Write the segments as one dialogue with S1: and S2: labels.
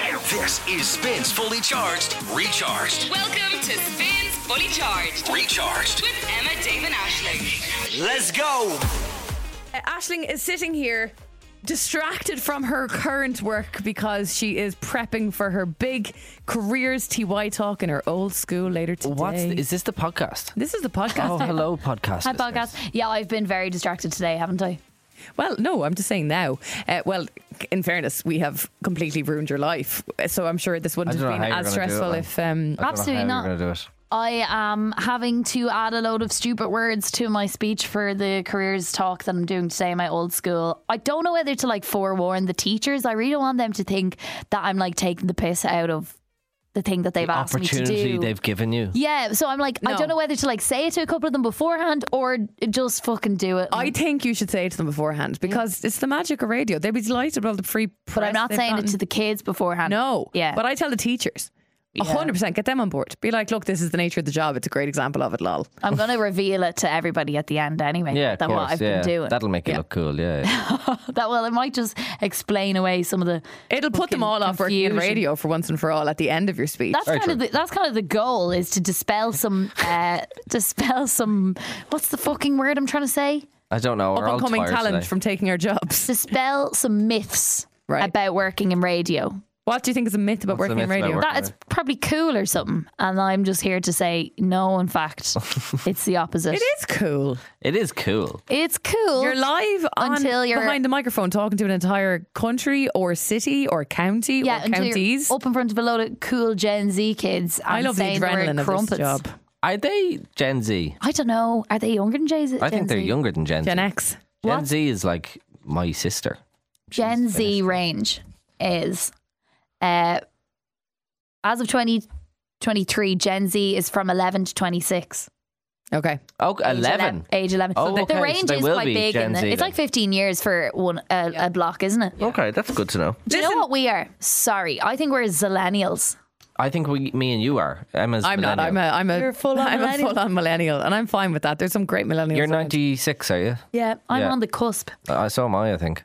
S1: This is Spins Fully Charged, Recharged,
S2: Welcome to Spins Fully Charged
S1: Recharged.
S2: with Emma Damon Ashley.
S1: Let's go!
S3: Uh, Ashling is sitting here distracted from her current work because she is prepping for her big careers TY talk in her old school later today.
S4: What's the, is this the podcast?
S3: this is the podcast.
S4: Oh, hello, podcast.
S5: Hi,
S4: listeners.
S5: podcast. Yeah, I've been very distracted today, haven't I?
S3: Well, no, I'm just saying now. Uh, well, in fairness, we have completely ruined your life, so I'm sure this
S4: I
S3: wouldn't
S4: don't
S3: have
S4: know
S3: been
S4: how you're
S3: as
S4: gonna do it,
S3: stressful
S4: like.
S3: if. Um,
S4: I don't know
S5: Absolutely
S4: how
S5: not.
S4: You're gonna do it.
S5: I am having to add a load of stupid words to my speech for the careers talk that I'm doing today in my old school. I don't know whether to like forewarn the teachers. I really don't want them to think that I'm like taking the piss out of the thing that they've asked me to
S4: Opportunity
S5: do.
S4: they've given you.
S5: yeah, so I'm like, I
S3: No.
S5: don't know whether to like say it to a couple of them beforehand or just fucking do it.
S3: I think you should say it to them beforehand because it's the magic of radio. They'd be delighted about all the free.
S5: but I'm not saying
S3: gotten.
S5: it to the kids beforehand.
S3: No.
S5: Yeah.
S3: But I tell the teachers. a 100% get them on board. Be like, look, this is the nature of the job. It's a great example of it, lol.
S5: I'm going to reveal it to everybody at the end anyway.
S4: Yeah, of
S5: that
S4: course.
S5: what I've
S4: yeah.
S5: been doing.
S4: That'll make it look cool. Yeah, yeah.
S5: That well, it might just explain away some of the.
S3: It'll put them all
S5: fucking
S3: off working in
S5: confusion.
S3: radio for once and for all at the end of your speech.
S5: That's kind of the, that's kind of the goal is to dispel some uh, dispel some what's the fucking word I'm trying to say
S4: I don't know. We're
S3: up
S4: all
S3: and coming
S4: tired
S3: talent
S4: today.
S3: from taking our jobs.
S5: dispel some myths
S3: Right.
S5: about working in radio.
S3: What do you think is a myth about
S4: What's the
S3: working in
S4: myth about
S3: radio?
S4: working?
S5: That it's probably cool or something, and I'm just here to say no. In fact, it's the opposite.
S3: it is cool.
S4: It is cool.
S5: It's cool.
S3: You're live on,
S5: Until you're-
S3: behind the microphone talking to an entire country or city or county
S5: yeah,
S3: or
S5: until you're
S3: counties.
S5: up in front of a load of cool Gen Z kids. And
S3: I love the
S5: saying word
S3: adrenaline of
S5: crumpets.
S3: this job.
S4: Are they Gen Z?
S5: I don't know. Are they younger than Gen Z?
S4: I think they're younger than Gen,
S3: Gen
S4: Z.
S3: X.
S4: Gen
S5: What?
S4: Z is like my sister.
S5: Gen Z range is uh, as of 2023, Gen Z is from 11 to 26.
S3: Okay.
S4: Oh,
S5: Age
S4: 11.
S5: Age 11.
S4: Oh, okay,
S5: The
S4: so
S5: range
S4: they
S5: is
S4: will
S5: quite
S4: be
S5: big.
S4: Gen
S5: in the,
S4: Z
S5: it's
S4: then.
S5: like 15 years for one a, a block, isn't it?
S4: Okay, that's good to know.
S5: Do you know what we are? Sorry. I think we're zillennials.
S4: I think we, me and you are. Emma's
S3: I'm not. I'm a.
S4: millennial.
S3: I'm a.
S5: You're a full-on
S3: I'm a
S5: millennial.
S3: full-on millennial, and I'm fine with that. There's some great millennials.
S4: You're
S3: out there.
S4: 96, are you?
S5: Yeah. I'm
S4: Yeah.
S5: on the cusp.
S4: Uh, so am I, I think.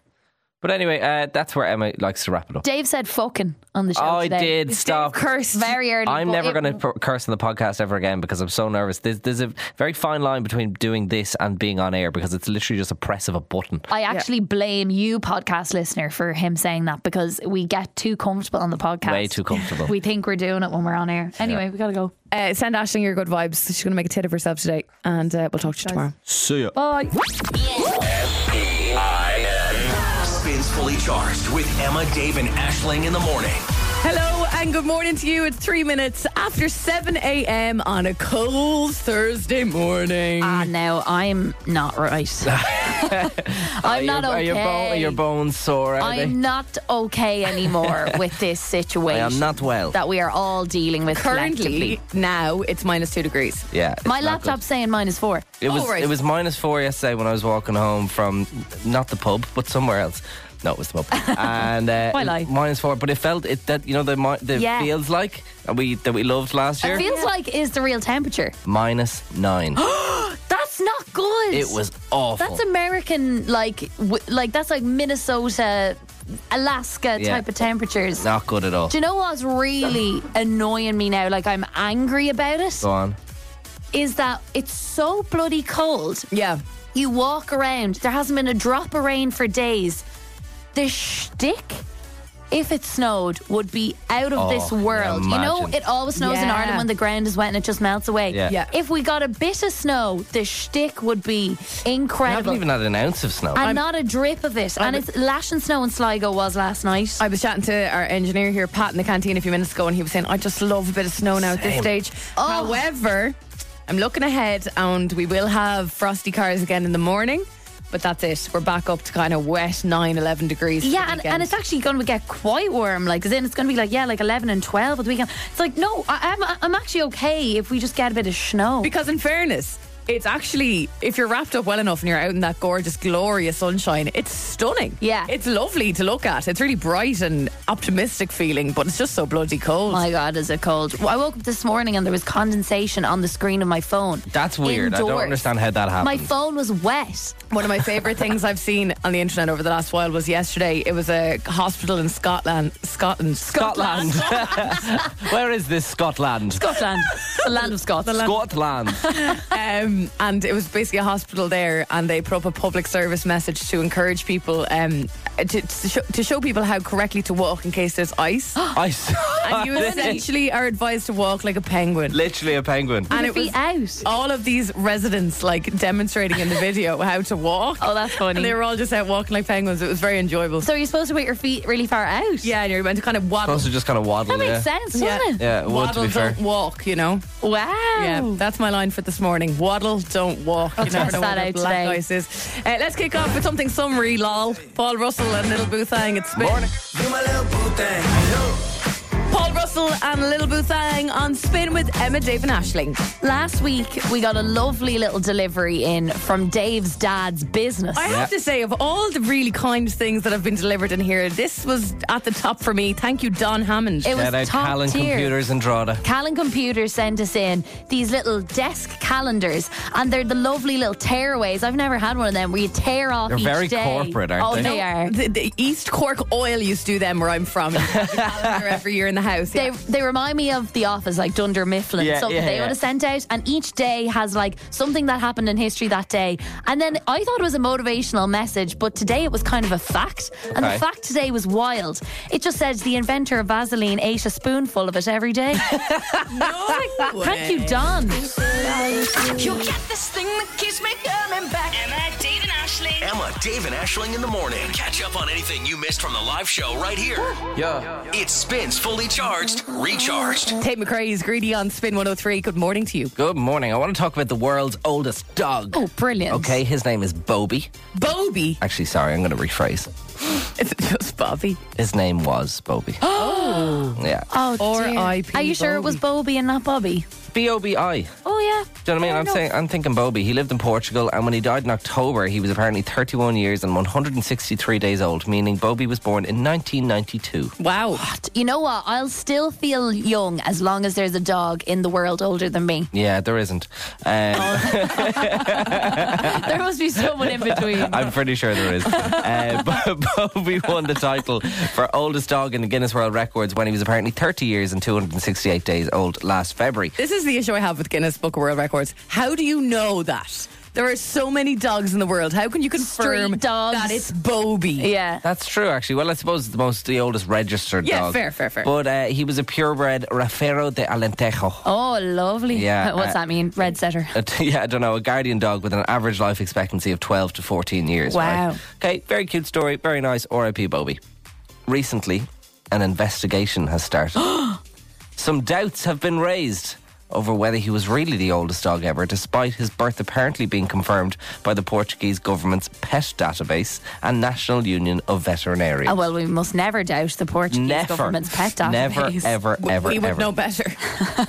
S4: But anyway, uh, that's where Emma likes to wrap it up.
S5: Dave said fucking on the show.
S4: Oh, I
S5: today.
S4: did. Stop.
S3: Cursed.
S5: Very early.
S4: I'm
S5: but
S4: never
S5: it-
S4: going to pr- curse on the podcast ever again because I'm so nervous. There's, there's a very fine line between doing this and being on air because it's literally just a press of a button.
S5: I actually blame you, podcast listener, for him saying that because we get too comfortable on the podcast.
S4: Way too comfortable.
S5: We think we're doing it when we're on air. Anyway, we gotta go.
S3: Uh, send Ashling your good vibes. She's going to make a tit of herself today, and uh, we'll talk to you tomorrow.
S4: See ya.
S5: Bye.
S1: E Spins Fully Charged with Emma, Dave, and Ashling in the morning.
S3: Hello and good morning to you. It's three minutes after 7 a.m. on a cold Thursday morning.
S5: Ah, no, I'm not right. I'm not
S4: Are
S5: okay.
S4: your, bone, are your bones sore? Are they?
S5: I'm not okay anymore with this situation.
S4: I am not well.
S5: That we are all dealing with
S3: Currently,
S5: collectively.
S3: now it's minus two degrees.
S4: yeah. it's not
S5: My
S4: good.
S5: laptop's saying minus four.
S4: It was
S3: Oh, right.
S4: it was minus four yesterday when I was walking home from not the pub but somewhere else. No, it was the pub. and uh,
S5: Why lie?
S4: minus four, but it felt it that you know the mi- the
S5: Yeah.
S4: feels like that we that we loved last year
S5: It feels like is the real temperature.
S4: minus nine.
S5: That's not good.
S4: it was awful.
S5: That's American, like, w- like that's like Minnesota, Alaska
S4: Yeah.
S5: type of temperatures.
S4: not good at all.
S5: Do you know what's really annoying me now? Like I'm angry about it.
S4: Go on.
S5: Is that it's so bloody cold.
S3: Yeah.
S5: You walk around. There hasn't been a drop of rain for days. The shtick. If it snowed, would be out of
S4: Oh,
S5: this world. You
S4: yeah,
S5: know,
S4: imagine.
S5: it always snows in
S3: Yeah.
S5: Ireland when the ground is wet and it just melts away.
S4: Yeah. Yeah.
S5: If we got a bit of snow, the shtick would be
S4: I
S5: incredible
S4: haven't even had an ounce of snow.
S5: and not a drip of it. and it's lash and snow in Sligo was last night.
S3: I was chatting to our engineer here, Pat, in the canteen a few minutes ago, and he was saying, I just love a bit of snow now at this stage. However, I'm looking ahead, and we will have frosty cars again in the morning. But that's it. We're back up to kind of wet 9, 11 degrees. for the
S5: Yeah, and, and
S3: weekend.
S5: it's actually going to get quite warm. Like, 'cause then it's going to be like, yeah, like 11 and 12 at the weekend. It's like, no, I, I'm, I'm actually okay if we just get a bit of snow.
S3: Because, in fairness, it's actually, if you're wrapped up well enough and you're out in that gorgeous, glorious sunshine, it's stunning.
S5: Yeah.
S3: It's lovely to look at. It's really bright and optimistic feeling, but it's just so bloody cold.
S5: my God, is it cold? Well, I woke up this morning and there was condensation on the screen of my phone.
S4: That's weird. I don't
S5: Indoors.
S4: understand how that happened.
S5: My phone was wet.
S3: One of my favourite things I've seen on the internet over the last while was yesterday. It was a hospital in Scotland. Scotland.
S4: Scotland. Where is this Scotland?
S5: Scotland. the land of Scots.
S4: Scotland.
S3: um, and it was basically a hospital there, and they put up a public service message to encourage people um, to, to, show, to show people how correctly to walk in case there's ice.
S4: I saw
S3: and you
S4: this.
S3: essentially are advised to walk like a penguin.
S4: literally a penguin.
S3: and
S5: Your feet out.
S3: all of these residents like demonstrating in the video how to walk.
S5: Oh, that's funny.
S3: And they were all just out walking like penguins. It was very enjoyable.
S5: So you're supposed to put your feet really far out.
S3: yeah, and you're meant to kind of waddle.
S4: Supposed to just kind of waddle.
S5: That makes
S4: yeah.
S5: sense,
S3: Yeah.
S5: doesn't it?
S4: Yeah, it would, to
S3: Waddle,
S4: be fair.
S3: don't walk, you know?
S5: Wow.
S3: Yeah, that's my line for this morning. Waddle, don't walk.
S5: Oh. I'll
S3: you never
S5: test
S3: know
S5: that
S3: where
S5: out
S3: black
S5: today.
S3: ice is. Uh, let's kick off with something summary, lol. Paul Russell and Little Boothang. It's Spin.
S1: You my little boo thing.
S3: Paul Russell and Little Boothang on Spin with Emma, Dave, and Ashling.
S5: Last week, we got a lovely little delivery in from Dave's dad's business.
S3: I have to say, of all the really kind things that have been delivered in here, this was at the top for me. Thank you, Don Hammond.
S5: it
S4: Shout out
S5: was top
S4: Callan
S5: tier.
S4: Computers and Drada.
S5: Callan Computer sent us in these little desk calendars, and they're the lovely little tearaways. I've never had one of them where you tear off.
S4: They're
S5: each
S4: very
S5: day.
S4: corporate, aren't
S5: oh,
S4: they?
S5: they? are.
S3: the, the East Cork Oil used to do them where I'm from. You have the calendar every year in the house.
S5: They,
S3: Yeah.
S5: they remind me of The Office, like Dunder Mifflin,
S4: Yeah,
S5: something
S4: yeah,
S5: they
S4: yeah.
S5: would have sent out. And each day has like something that happened in history that day. And then I thought it was a motivational message, but today it was kind of a fact. And
S4: Okay.
S5: the fact today was wild. It just said the inventor of Vaseline ate a spoonful of it every day.
S3: No
S5: Thank you, Don.
S2: You get this thing that keeps me coming back. Emma, Dave, and Ashling.
S1: Emma, Dave, and Ashling in the morning. Catch up on anything you missed from the live show right here.
S4: Yeah.
S1: It spins fully charged, recharged.
S3: Tate McRae's Greedy on Spin 103. Good morning to you.
S4: Good morning. I want to talk about the world's oldest dog.
S5: Oh, brilliant.
S4: Okay, his name is Bobby.
S3: Bobby.
S4: Actually, sorry, I'm going to rephrase.
S3: Is it just Bobby?
S4: His name was Bobby. Oh. Yeah.
S5: Oh, dear.
S3: R.I.P.
S5: Are you sure it was Bobby and not Bobby?
S4: B O B I.
S5: Oh yeah.
S4: Do you know what I mean? I'm saying I'm thinking Bobby. He lived in Portugal, and when he died in October, he was apparently 31 years and 163 days old, meaning Bobby was born in 1992.
S3: Wow.
S5: You know what? I'll still feel young as long as there's a dog in the world older than me.
S4: Yeah, there isn't. Um,
S5: Oh. there must be someone in between.
S4: I'm pretty sure there is. Uh, Bo- Bobby won the title for oldest dog in the Guinness World Records when he was apparently 30 years and 268 days old last February.
S3: This is the issue I have with Guinness Book of World Records. How do you know that? There are so many dogs in the world. How can you confirm
S5: Street dogs.
S3: that it's Bobby?
S5: Yeah.
S4: That's true, actually. Well, I suppose it's the most the oldest registered
S3: Yeah,
S4: dog.
S3: fair, fair, fair.
S4: But uh, he was a purebred Rafero de Alentejo.
S5: Oh, lovely.
S4: Yeah,
S5: What's
S4: uh,
S5: that mean? Red setter.
S4: a t- yeah, I don't know, a guardian dog with an average life expectancy of 12 to 14 years.
S5: Wow.
S4: right? Okay, very cute story, very nice. RIP Bobby. Recently, an investigation has started. Some doubts have been raised over whether he was really the oldest dog ever, despite his birth apparently being confirmed by the Portuguese government's pet database and National Union of Veterinarians.
S5: Oh, well, we must never doubt the Portuguese
S4: Never,
S5: government's pet database.
S4: never, ever,
S3: We-
S4: ever,
S3: we would
S4: ever
S3: know better.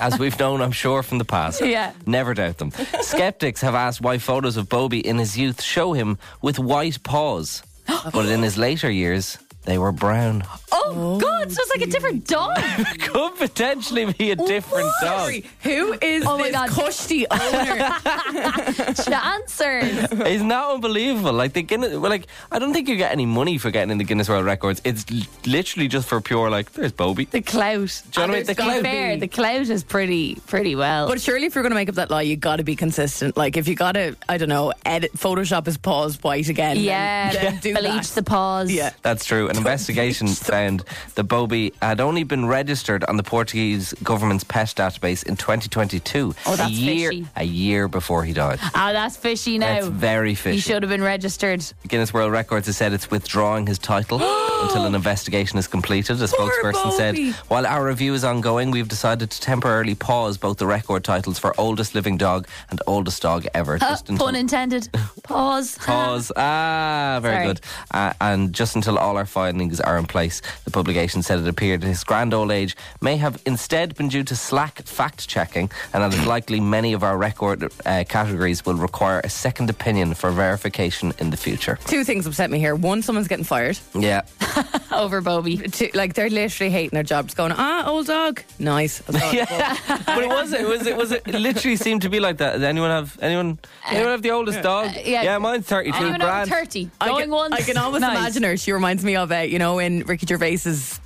S4: as we've known, I'm sure, from the past.
S5: Yeah.
S4: Never doubt them. Skeptics have asked why photos of Bobby in his youth show him with white paws, but in his later years, they were brown.
S5: Oh, God, so it's like a different dog.
S4: Could potentially be a different
S3: Sorry, who is
S5: Oh my
S3: this
S5: God.
S3: cushy owner?
S5: Chancers.
S4: dog. Isn't that unbelievable? Like the Guinness, well, like I don't think you get any money for getting in the Guinness World Records. It's l- literally just for pure like. There's Bobby.
S5: The clout.
S4: Do you know what I mean?
S5: And
S4: The
S5: to be
S4: clout.
S5: fair, the clout is pretty, pretty well.
S3: but surely, if you're going to make up that lie, you got to be consistent. Like, if you got to, I don't know, edit Photoshop his paws white again. then-
S5: yeah.
S3: then do
S5: Bleach
S3: that.
S5: the paws.
S3: Yeah.
S4: That's true. And investigation found that Bobby had only been registered on the Portuguese government's pet database in 2022.
S5: Oh,
S4: a
S5: that's
S4: year,
S5: fishy.
S4: a year before he died.
S5: Ah, that's fishy now.
S4: That's very
S5: He
S4: fishy.
S5: should have been registered.
S4: Guinness World Records has said it's withdrawing his title until an investigation is completed. A
S3: Poor
S4: spokesperson said,
S3: Bobby.
S4: "While our review is ongoing, we've decided to temporarily pause both the record titles for oldest living dog and oldest dog ever."
S5: Uh,
S4: just until-
S5: pun intended. Pause.
S4: Pause. Ah, very
S5: Sorry.
S4: good. Uh, and just until all our findings are in place, the publication said it appeared his grand old age may have instead been due to slack fact checking, and that it's likely many of our record uh, categories will require a second opinion for verification in the future.
S3: Two things upset me here. One, someone's getting fired.
S4: Yeah.
S5: Over Bobby.
S3: Two, like they're literally hating their job, just going, ah, old dog, nice. I thought,
S4: but it was it was it was it literally seemed to be like that. Does anyone have anyone anyone have the oldest dog?
S5: Uh, yeah.
S4: mine's thirty two.
S5: Anyone over 30.
S3: I
S5: Going
S3: can,
S5: once.
S3: I can almost
S5: Nice.
S3: imagine her. She reminds me of it, you know, in Ricky Gervais's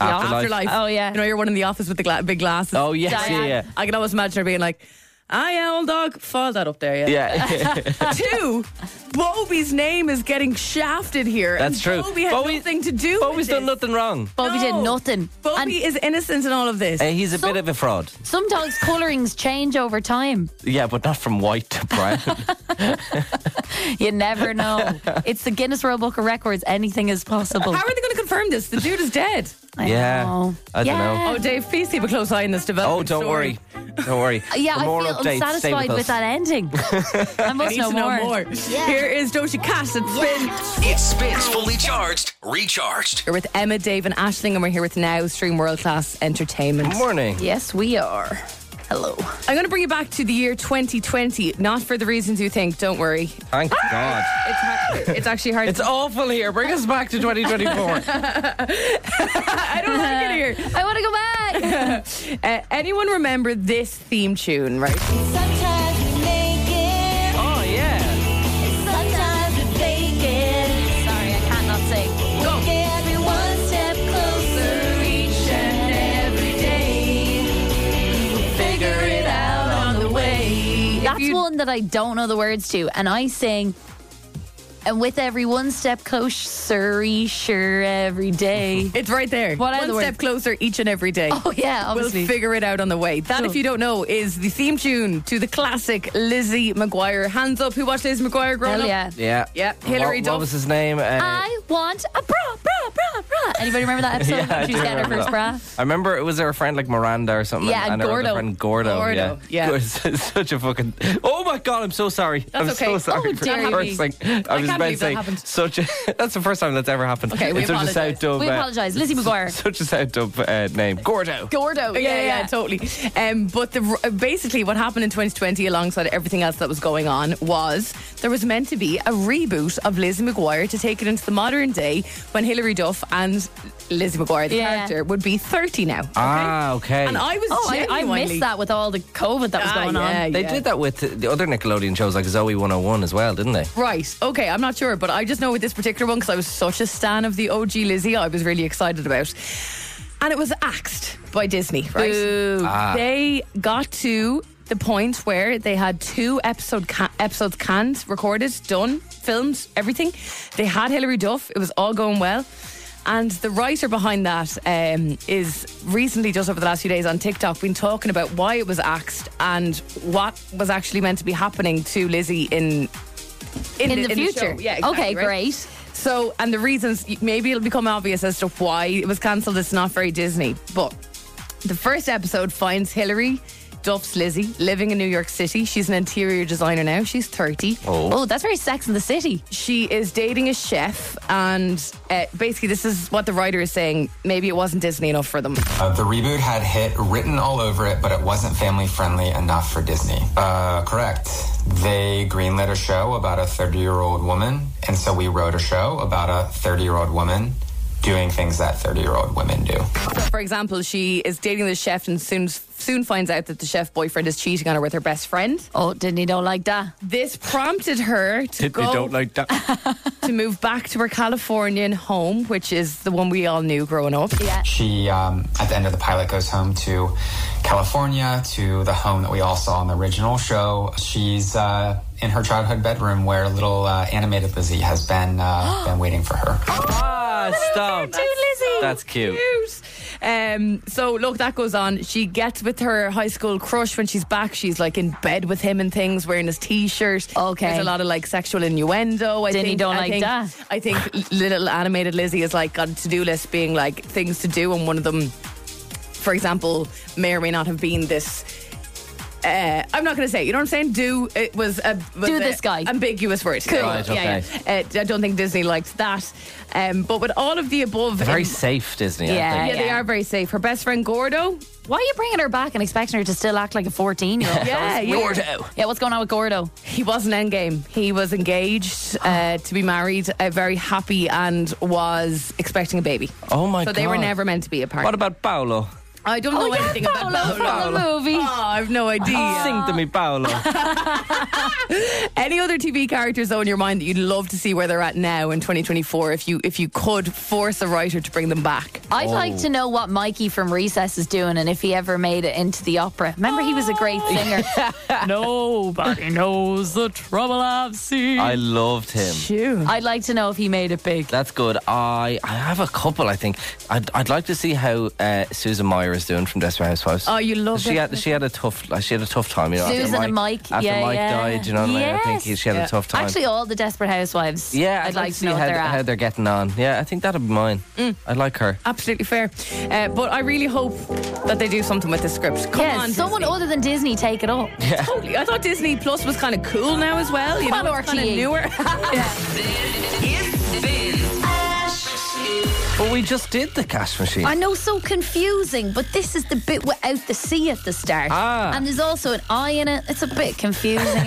S4: Afterlife.
S3: Afterlife.
S5: Oh, yeah.
S3: You know, you're one in the office with the gla- big glasses.
S4: Oh yes, yeah,
S5: Diane.
S4: yeah.
S3: I can almost imagine her being like, ah, yeah, old dog, file that up there, yeah.
S4: Yeah,
S3: Two, Bobby's name is getting shafted here.
S4: that's
S3: and
S4: true.
S3: Bobby had
S4: Bobby-
S3: nothing to do
S4: Bobby's
S3: with
S4: done
S3: this.
S4: nothing wrong.
S5: Bobby
S3: No.
S5: did nothing.
S3: Bobby is innocent in all of this.
S4: Uh, he's a
S5: So-
S4: bit of a fraud.
S5: And some dogs' colourings change over time.
S4: Yeah, but not from white to brown.
S5: You never know. it's the Guinness World Book of Records. Anything is possible.
S3: How are they going to confirm this? The dude is dead.
S5: I
S4: Yeah.
S5: know.
S4: I don't know.
S3: Oh, Dave, please keep a close eye on this development.
S4: oh, don't
S3: story.
S4: worry. Don't worry.
S5: Yeah,
S4: For
S5: I
S4: more
S5: feel
S4: updates, stay
S5: unsatisfied with,
S4: us.
S5: that ending. I must
S3: Need
S5: know,
S3: to know more.
S5: more.
S3: Here is Doja Cat. It's been
S1: It spins fully charged, recharged.
S3: You're with Emma, Dave, and Ashling, and we're here with Now Stream World Class Entertainment.
S4: Morning.
S5: Yes, we are. Hello.
S3: I'm going to bring you back to the year 2020, not for the reasons you think. Don't worry, it's
S4: Thank
S5: Ah!
S4: God.
S3: ha- it's actually hard.
S4: It's awful here. Bring us back to 2024.
S3: I don't like it here.
S5: I want to go back.
S3: Uh, anyone remember this theme tune? Right?
S6: Sometimes we make it.
S4: oh yeah.
S6: Sometimes we fake it.
S5: Sorry, I cannot sing.
S6: Get every one step closer each and every day. Figure it out on the way.
S5: That's one that I don't know the words to, and I sing. And with every one step closer, sure every day.
S3: It's right there.
S5: What are
S3: One
S5: the
S3: step
S5: words?
S3: closer each and every day.
S5: Oh yeah,
S3: We'll
S5: obviously.
S3: figure it out on the way. That,
S5: Cool.
S3: if you don't know, is the theme tune to the classic Lizzie McGuire. Hands up, who watched Lizzie McGuire growing
S5: Hell
S3: up?
S4: Yeah.
S5: yeah.
S3: Yep, Hilary
S4: What,
S3: Duff.
S4: what was his name? Uh,
S5: I want a bra, bra, bra, bra. Anybody remember that episode?
S4: Yeah, I
S5: She's
S4: do
S5: getting her
S4: remember
S5: first bra.
S4: I remember it was her friend like Miranda or something.
S5: Yeah,
S4: and her other
S5: Gordo.
S4: friend Gordo.
S3: Gordo, yeah.
S4: It was such a fucking. Oh my god! I'm so sorry. I'm
S3: okay.
S4: so
S3: Oh,
S4: sorry. for
S5: dear
S4: the
S5: me.
S4: first thing. I
S3: can't
S4: was about to
S3: believe that
S4: say
S3: happened.
S4: such. A, that's the first time that's ever happened.
S3: Okay, we
S4: It's such
S3: apologise.
S4: a South
S5: We apologise. Lizzie McGuire.
S4: Such a South Dub uh, name. Gordo.
S5: Gordo.
S3: Yeah, yeah, totally. Um, but the, uh, basically, what happened in 2020, alongside everything else that was going on, was there was meant to be a reboot of Lizzie McGuire to take it into the modern day when Hilary Duff and Lizzie McGuire, the
S5: Yeah.
S3: character, would be 30 now. Okay?
S4: Ah, okay.
S3: and I was
S5: Oh, I, I
S3: genuinely-
S5: missed that with all the COVID that was
S3: Ah,
S5: going
S3: yeah,
S5: on.
S4: They
S3: yeah.
S4: did that with the other Nickelodeon shows like Zoe 101 as well, didn't they?
S3: Right. Okay. I'm not sure, but I just know with this particular one because I was such a stan of the OG Lizzie, I was really excited about. And it was axed by Disney, right? They got to the point where they had two episode ca- episodes canned, recorded, done, filmed, everything. They had Hilary Duff. It was all going well. And the writer behind that um, is recently, just over the last few days on TikTok, been talking about why it was axed and what was actually meant to be happening to Lizzie in in,
S5: In the future.
S3: show. Yeah, exactly,
S5: okay,
S3: right?
S5: great.
S3: So, and the reasons maybe it'll become obvious as to why it was cancelled. It's not very Disney, but the first episode finds Hillary. Duff's Lizzie living in New York City. She's an interior designer now. She's 30.
S5: Oh. that's very Sex in the City.
S3: She is dating a chef, and uh, basically, this is what the writer is saying. Maybe it wasn't Disney enough for them.
S7: Uh, the reboot had hit written all over it, but it wasn't family friendly enough for Disney. Uh, correct. They greenlit a show about a 30 year old woman, and so we wrote a show about a 30 year old woman doing things that 30 year old women do.
S3: For example, she is dating the chef and soon soon finds out that the chef boyfriend is cheating on her with her best friend.
S5: Oh, didn't he don't like that?
S3: This prompted her to go
S4: like that.
S3: to move back to her Californian home, which is the one we all knew growing up.
S5: Yeah.
S7: She, um, at the end of the pilot, goes home to California, to the home that we all saw in the original show. She's uh, in her childhood bedroom where little uh, animated Lizzie has been, uh, been waiting for her.
S4: Ah, stop.
S8: Lizzie.
S4: That's cute.
S3: cute. Um, so look, that goes on. She gets with her high school crush when she's back. She's like in bed with him and things, wearing his t-shirt.
S8: Okay.
S3: there's a lot of like sexual innuendo. I
S8: Denny
S3: think
S8: don't
S3: I
S8: like
S3: think,
S8: that.
S3: I think little animated Lizzie has like got a to-do list, being like things to do, and one of them, for example, may or may not have been this. Uh, I'm not going to say. You know what I'm saying? Do it was a was
S8: Do
S3: a
S8: this guy.
S3: ambiguous word. Cool.
S4: Right,
S3: Yeah, yeah. Uh, I don't think Disney liked that. Um, but with all of the above,
S4: Very
S3: in-
S4: safe, Disney. I
S8: Yeah.
S4: think.
S3: yeah, they are very safe. Her best friend Gordo.
S8: Why are you bringing her back and expecting her to still act like a 14 year old?
S3: Yeah, yeah.
S4: Gordo.
S8: Yeah, what's going on with Gordo?
S3: He was an endgame. He was engaged uh, to be married, uh, very happy, and was expecting a baby.
S4: Oh my
S3: so
S4: god.
S3: they were never meant to be,
S4: What
S3: apparently.
S4: about Paolo?
S3: I don't know anything
S5: Oh,
S3: about Paolo.
S8: from the movie.
S3: Oh, I have no idea.
S4: Sing to me, Paolo.
S3: Any other TV characters though in your mind that you'd love to see where they're at now in 2024? If you if you could force a writer to bring them back,
S8: I'd like to know what Mikey from Recess is doing and if he ever made it into the opera. Remember, he was a great
S3: Oh.
S8: singer.
S9: Nobody knows the trouble I've seen.
S4: I loved him.
S8: I'd like to know if he made it big.
S4: That's good. I I have a couple. I think I'd, I'd like to see how uh, Susan Meyer is doing from Desperate Housewives.
S3: Oh, you love
S4: she had she had a tough like, she had a tough time. You know,
S8: Susan
S4: after
S8: and
S4: Mike,
S8: Mike.
S4: after
S8: Yeah,
S4: Mike
S8: yeah.
S4: died, you know what I mean. I think
S8: Yes.
S4: he, she had
S3: Yeah.
S4: a tough time.
S8: Actually, all the Desperate Housewives.
S4: yeah,
S8: I'd, like, to
S4: see
S8: know
S4: how,
S8: what they're
S4: how
S8: at. Mm.
S4: they're getting on. Yeah, I think that'd be mine. I'd like her.
S3: absolutely fair. Uh, but I really hope that they do something with the script. Come
S8: yeah,
S3: on,
S8: someone
S3: Disney.
S8: other than Disney take it up.
S3: oh, Totally. I thought Disney Plus was kind of cool now as well. You
S8: Come
S3: know,
S8: on,
S3: it's kind of
S8: RTE.
S3: newer.
S4: But we just did the cash machine.
S5: I know, so confusing, but this is the bit without the C at the start.
S4: Ah.
S5: And there's also an I in it. It's a bit confusing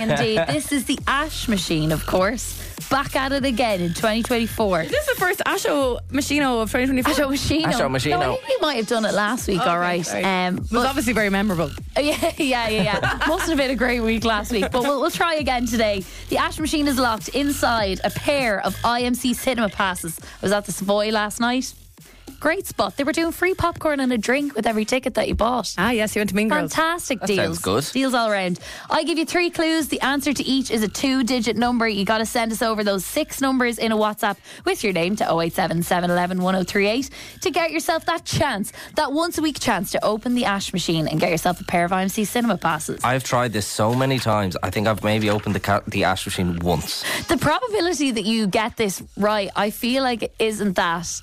S5: indeed. this is the Ash Machine, of course. Back at it again in 2024.
S3: This is the first Asho Machino of 2024.
S5: Asho Machino.
S4: Asho Machino.
S5: No, I think he might have done it last week, all right.
S3: sorry.
S5: Um,
S3: It was obviously very memorable.
S5: Oh, Yeah, yeah, yeah, yeah. Must have been a great week last week, but we'll, we'll try again today. The Ash Machine is locked inside a pair of IMC cinema passes. I was at the Savoy last night. Great spot. They were doing free popcorn and a drink with every ticket that you bought.
S3: Ah, yes, you went to Mean Girls.
S5: Fantastic
S4: That sounds
S5: deals.
S4: good.
S5: Deals all around. I give you three clues. The answer to each is a two digit number. You got to send us over those six numbers in a WhatsApp with your name to 087 711 1038 to get yourself that chance, that once a week chance to open the Ash machine and get yourself a pair of IMC cinema passes.
S4: I've tried this so many times. I think I've maybe opened the ca- the ash machine once.
S5: the probability that you get this right, I feel like, isn't that.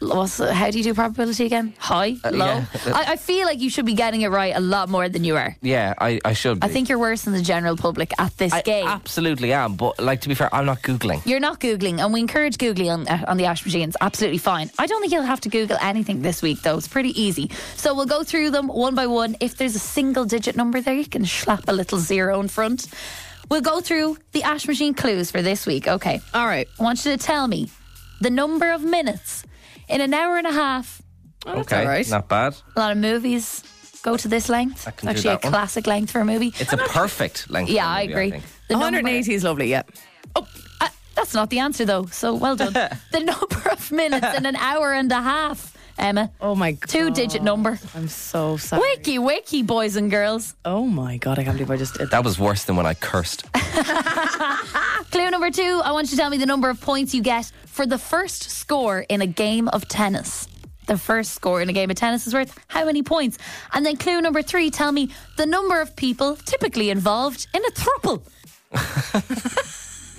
S5: What's, how do you do probability again? High? Low?
S4: Uh, yeah.
S5: I, I feel like you should be getting it right a lot more than you are.
S4: Yeah, I, I should. Be.
S5: I think you're worse than the general public at this
S4: I
S5: game.
S4: absolutely am. But like to be fair, I'm not googling.
S5: You're not Googling, and we encourage Googling on, uh, on the Ash Machine. It's absolutely fine. I don't think you'll have to Google anything this week, though. It's pretty easy. So we'll go through them one by one. If there's a single digit number there, you can slap a little zero in front. We'll go through the Ash Machine clues for this week. Okay.
S3: All right.
S5: I want you to tell me the number of minutes in an hour and a half.
S3: Oh, that's
S4: okay,
S3: all right.
S4: not bad.
S5: A lot of movies go to this length.
S4: can do
S5: Actually,
S4: that
S5: a
S4: one.
S5: classic length for a movie.
S4: It's a perfect length.
S5: yeah,
S4: for a
S5: I
S4: movie,
S5: agree.
S4: think.
S5: The number-
S3: 180 is lovely, yeah.
S5: Uh, that's not the answer, though. So well done. the number of minutes in an hour and a half, Emma.
S3: Oh my god.
S5: Two digit number.
S3: I'm so sorry.
S5: Wiki, wiki, boys and girls.
S3: Oh my god, I can't believe I just did that.
S4: That was worse than when I cursed.
S5: Clue number two I want you to tell me the number of points you get for the first score in a game of tennis. The first score in a game of tennis is worth how many points? And then clue number three tell me the number of people typically involved in a throuple.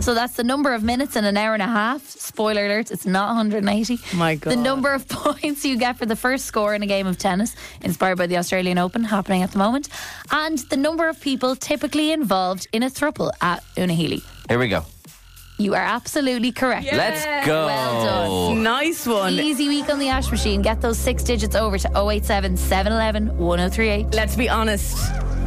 S5: So that's the number of minutes in an hour and a half. Spoiler alert, it's not 180.
S3: My God.
S5: The number of points you get for the first score in a game of tennis, inspired by the Australian Open happening at the moment, and the number of people typically involved in a throuple at Unahili.
S4: Here we go.
S5: You are absolutely correct.
S4: Let's go.
S5: Well
S3: Nice one.
S5: Easy week on the Ash Machine. Get those six digits over to 087 711 1038.
S3: Let's be honest,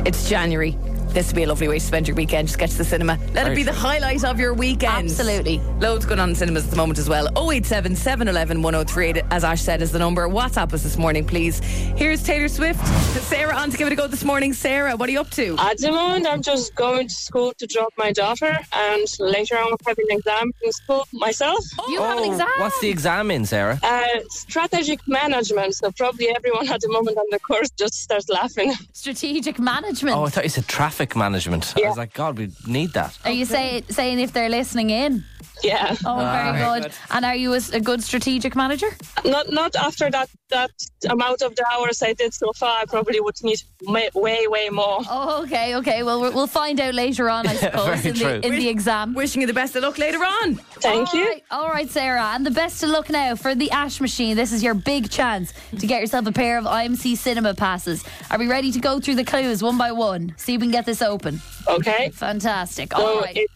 S3: it's January. This would be a lovely way to spend your weekend. Just get to the cinema. Let it be the highlight of your weekend.
S5: Absolutely.
S3: Loads going on in cinemas at the moment as well. 087 711 1038, as Ash said, is the number. WhatsApp us this morning, please. Here's Taylor Swift. Sarah on to give it a go this morning. Sarah, what are you up to?
S10: At the moment, I'm just going to school to drop my daughter, and later on, I'll have an exam in school myself.
S5: You have an
S4: Oh,
S5: exam.
S4: What's the exam in, Sarah?
S10: Uh, strategic management. So probably everyone at the moment on the course just starts laughing.
S5: Strategic management.
S4: Oh, I thought you said traffic management. I was like, God, we need that.
S5: are you say, saying if they're listening in?
S11: Yeah.
S5: Oh, very
S4: very
S5: good. And are you a, s- a good strategic manager?
S11: Not not after that that amount of the hours I did so far. I probably would need ma- way way more.
S5: Oh, okay, okay. Well, we'll- we'll find out later on, I suppose,
S4: very
S5: in, the,
S4: true.
S5: in the exam.
S3: Wishing you the best of luck later on.
S11: Thank
S5: All
S11: you.
S5: right, all right, Sarah. And the best of luck now for the Ash Machine. This is your big chance to get yourself a pair of IMC Cinema passes. Are we ready to go through the clues one by one? See if we can get this open.
S11: Okay.
S5: Fantastic. All
S11: So
S5: right.
S11: it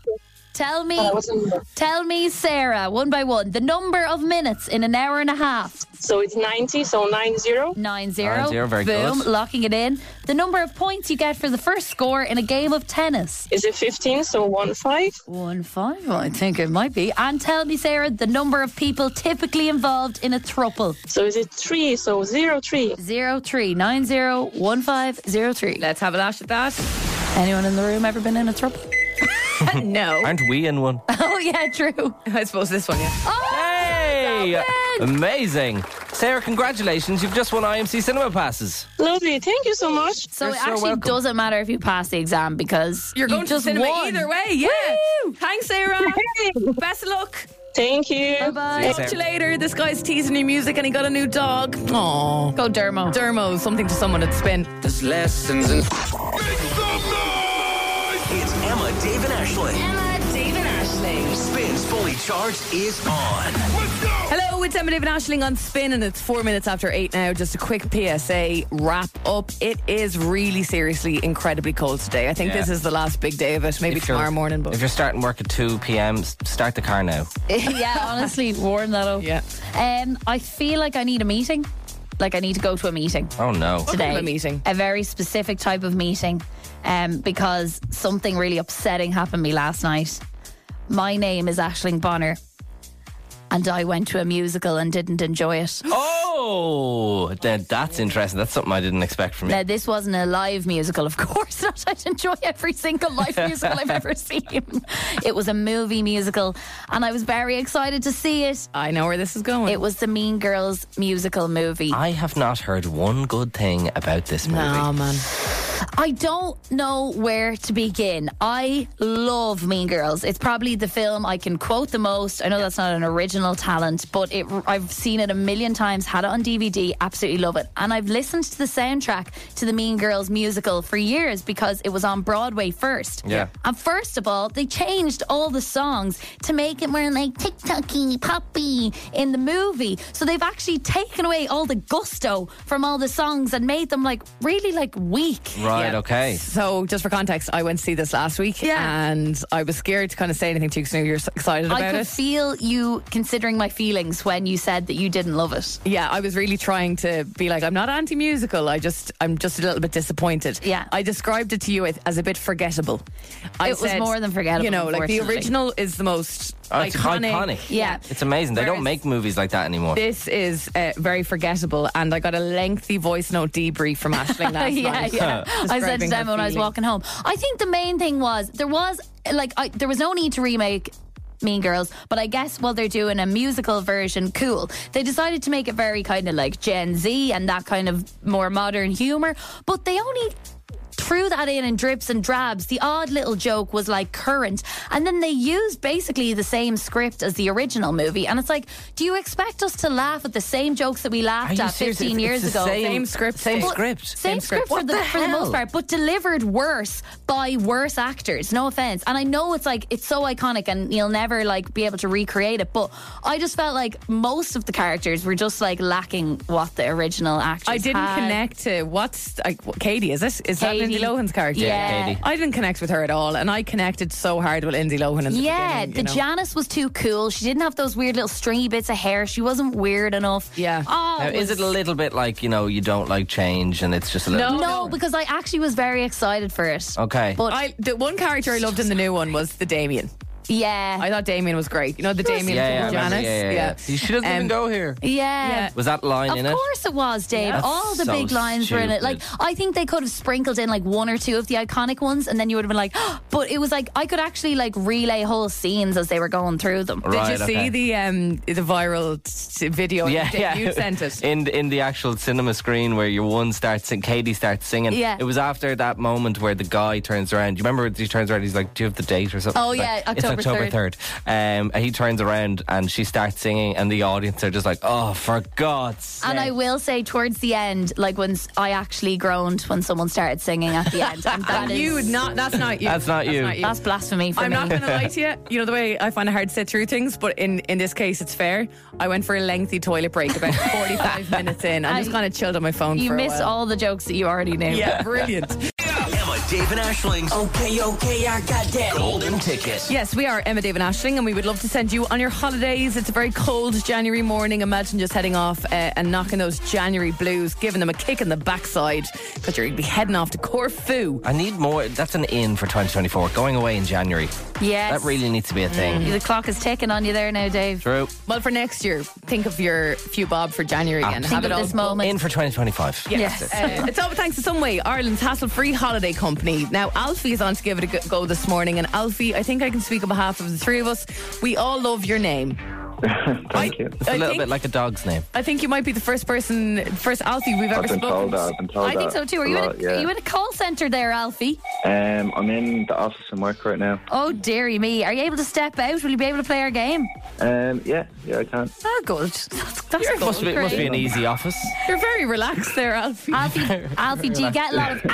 S5: Tell me,
S11: uh, wasn't-
S5: tell me, Sarah, one by one, the number of minutes in an hour and a half.
S11: so it's ninety. So nine zero.
S5: Nine
S4: Nine zero,
S5: zero.
S4: very
S5: Boom.
S4: good.
S5: Locking it in. The number of points you get for the first score in a game of tennis.
S11: Is it fifteen? So one five.
S5: One five, I think it might be. And tell me, Sarah, the number of people typically involved in a throuple.
S11: So is it three? So zero three.
S5: Zero three nine zero one five zero three.
S3: Let's have a lash at that.
S5: Anyone in the room ever been in a trouble?
S3: no.
S4: Aren't we in one?
S5: Oh yeah, true. Oh,
S3: I suppose this one, yeah.
S4: Hey!
S5: Stop it!
S4: Amazing. Sarah, congratulations. You've just won IMC Cinema Passes.
S11: Lovely. Thank you so much.
S5: So
S4: You're
S5: it
S4: so
S5: actually
S4: welcome.
S5: doesn't matter if you pass the exam because
S3: You're
S5: you
S3: going to the
S5: just
S3: cinema
S5: won.
S3: either way, yeah. Thanks, Sarah. best of luck.
S11: Thank you.
S4: See you,
S3: Talk to you
S4: Sarah.
S3: later. This guy's teasing your music and he got a new dog. Aww.
S5: Go Dermo.
S3: Dermo, something to someone at Spin.
S1: There's lessons and. It's Emma, Dave, and Ashling.
S2: Emma, Dave, and Ashling.
S1: Spins Fully Charged is on.
S3: Hello, it's Emma David Ashling on Spin, and it's four minutes after eight now. Just a quick PSA wrap up. It is really seriously incredibly cold today. I think
S4: Yeah.
S3: this is the last big day of it. Maybe
S4: If you're-
S3: tomorrow morning, but
S4: If you're starting work at 2 p.m., s- start the car now.
S5: yeah, honestly, warm that up.
S3: Yeah.
S5: Um, I feel like I need a meeting. Like I need to go to a meeting.
S4: Oh, no.
S5: today.
S3: kind of a meeting?
S5: A very specific type of meeting um, because something really upsetting happened to me last night. My name is Ashling Bonner and I went to a musical and didn't enjoy it.
S4: Oh, th- that's interesting. That's something I didn't expect from you.
S5: Now, this wasn't a live musical, of course not. I'd enjoy every single live musical I've ever seen. It was a movie musical and I was very excited to see it.
S3: I know where this is going.
S5: It was the Mean Girls musical movie.
S4: I have not heard one good thing about this movie.
S3: Nah, man.
S5: I don't know where to begin. I love Mean Girls. It's probably the film I can quote the most. I know that's not an original talent, but it, I've seen it a million times, had it on DVD, absolutely love it. And I've listened to the soundtrack to the Mean Girls musical for years because it was on Broadway first.
S4: Yeah.
S5: And first of all, they changed all the songs to make it more like TikToky, poppy in the movie. So they've actually taken away all the gusto from all the songs and made them like really like weak.
S4: Right,
S3: Yeah.
S4: okay.
S3: So, just for context, I went to see this last week,
S5: Yeah.
S3: and I was scared to kind of say anything to you because you're so excited
S5: I
S3: about
S5: could
S3: it.
S5: feel you considering my feelings when you said that you didn't love it.
S3: Yeah, I was really trying to be like, I'm not anti-musical. I just, I'm just a little bit disappointed.
S5: Yeah.
S3: I described it to you as- as a bit forgettable. I
S5: It was more than forgettable,
S3: You know, like the
S5: unfortunately.
S3: original is the most
S4: Oh, it's
S3: iconic.
S4: iconic.
S5: Yeah.
S4: It's amazing. They don't
S3: Whereas-
S4: make movies like that anymore.
S3: This is uh, very forgettable, and I got a lengthy voice note debrief from Ashling last
S5: yeah,
S3: night.
S5: yeah. I said to
S3: describing
S5: them
S3: her
S5: when I was
S3: feeling.
S5: walking home. I think the main thing was there was like I, there was no need to remake Mean Girls, but I guess while they're doing a musical version, cool. They decided to make it very kind of like Gen Z and that kind of more modern humor, but they only threw that in in drips and drabs. The odd little joke was like current. And then they used basically the same script as the original movie. And it's like, do you expect us to laugh at the same jokes that we
S4: Are
S5: laughed
S4: you
S5: at
S4: serious?
S5: 15
S4: It's-
S5: years
S4: it's the
S5: ago?
S3: Same script.
S4: Same
S3: Well,
S4: script.
S5: Same, script, for,
S4: What
S5: the, for the
S4: hell?
S5: most part, but delivered worse by worse actors. No offense, and I know it's like it's so iconic, and you'll never like be able to recreate it. But I just felt like most of the characters were just like lacking what the original actors.
S3: I didn't
S5: had.
S3: connect to what's like what- Katie. Is it? Is that
S5: Katie.
S3: Lindsay Lohan's character?
S5: Yeah.
S4: Katie.
S3: I didn't connect with her at all, and I connected so hard with Lindsay Lohan. In the
S5: Yeah,
S3: beginning,
S5: the
S3: you know?
S5: Janice was too cool. She didn't have those weird little stringy bits of hair. She wasn't weird enough.
S3: Yeah.
S5: Oh,
S4: Now, is it a little bit like, you know, you don't like change and it's just a little.
S3: No.
S5: No, because I actually was very excited for
S12: Oh.
S5: it.
S4: Okay.
S5: But
S3: I the one character I loved in the new one was the Damien.
S5: yeah.
S3: I thought Damien was great. You know the Damien
S4: yeah, yeah, I
S3: from
S4: remember.
S3: Janice.
S4: yeah, yeah, yeah. She doesn't even
S3: Um,
S8: Oh,
S4: go here.
S5: yeah.
S3: Yeah.
S4: Was that line in
S3: eh?
S5: Of
S4: it?
S5: course it was, Dave.
S4: That's
S5: All the
S4: so
S5: big lines were in it. Like
S4: stupid.
S5: I think they could have sprinkled in like one or two of the iconic ones, and then you would have been like, but it was like I could actually like relay whole scenes as they were going through them.
S4: Right.
S3: Did you see
S4: okay.
S3: the um the viral t- t- video?
S4: Yeah,
S3: that
S4: yeah.
S3: You sent it.
S4: in in the actual cinema screen where your one starts and Katie starts singing.
S5: Yeah.
S4: it was after that moment where the guy turns around. You remember he turns around? He's like, "Do you have the date or something?"
S5: Oh,
S4: Like,
S5: yeah,
S4: it's it's October 3rd. Um, and he turns around and she starts singing, and the audience are just like, oh, for God's sake.
S5: And I will say towards the end, like once I actually groaned when someone started singing at the end. And that is,
S3: You would not. That's not you.
S4: That's not you.
S5: that's blasphemy for
S3: I'm
S5: me.
S3: not going to lie to you. You know the way I find it hard to sit through things, but in in this case, it's fair. I went for a lengthy toilet break about 45 minutes in. I just kind of chilled on my phone.
S5: you
S3: for a
S5: miss
S3: while.
S5: all the jokes that you already knew.
S3: Yeah, brilliant.
S1: Emma, Dave, and Ashling's
S2: Okay, okay, I got that.
S1: Golden Ticket.
S3: Yes, we are Emma, Dave, and Ashling, and we would love to send you on your holidays. It's a very cold January morning. Imagine just heading off uh, and knocking those January blues, giving them a kick in the backside, because you're going to be heading off to Corfu.
S4: I need more. That's an in for 2024. Going away in January.
S5: Yes.
S4: That really needs to be a thing.
S5: The clock is ticking on you there now, Dave.
S4: True.
S3: Well, for next year, think of your few bob for January again.
S5: Think of this moment.
S4: In for 2025.
S5: Yes.
S3: Uh, it's all thanks to Sunway, Ireland's hassle-free holiday company. Now, Alfie is on to give it a g- go this morning, and Alfie, I think I can speak on behalf of the three of us. We all love your name. Thank
S12: you.
S4: It's a little bit like a dog's name.
S3: I think you might be the first person, first Alfie we've ever
S12: I've been
S3: spoken.
S12: told that.
S3: to.
S12: I've been told
S5: I think so too. Are you, in a,
S12: yeah.
S5: are you in a call centre there, Alfie?
S12: Um, I'm in the office and work right now.
S5: Oh, dearie me. Are you able to step out? Will you be able to play our game?
S12: Um, yeah, yeah, I can.
S5: Oh, good. That's, that's good.
S4: Must be, must be an easy office.
S3: You're very relaxed there, Alfie.
S5: Alfie, Alfie, do you get a lot of Alfie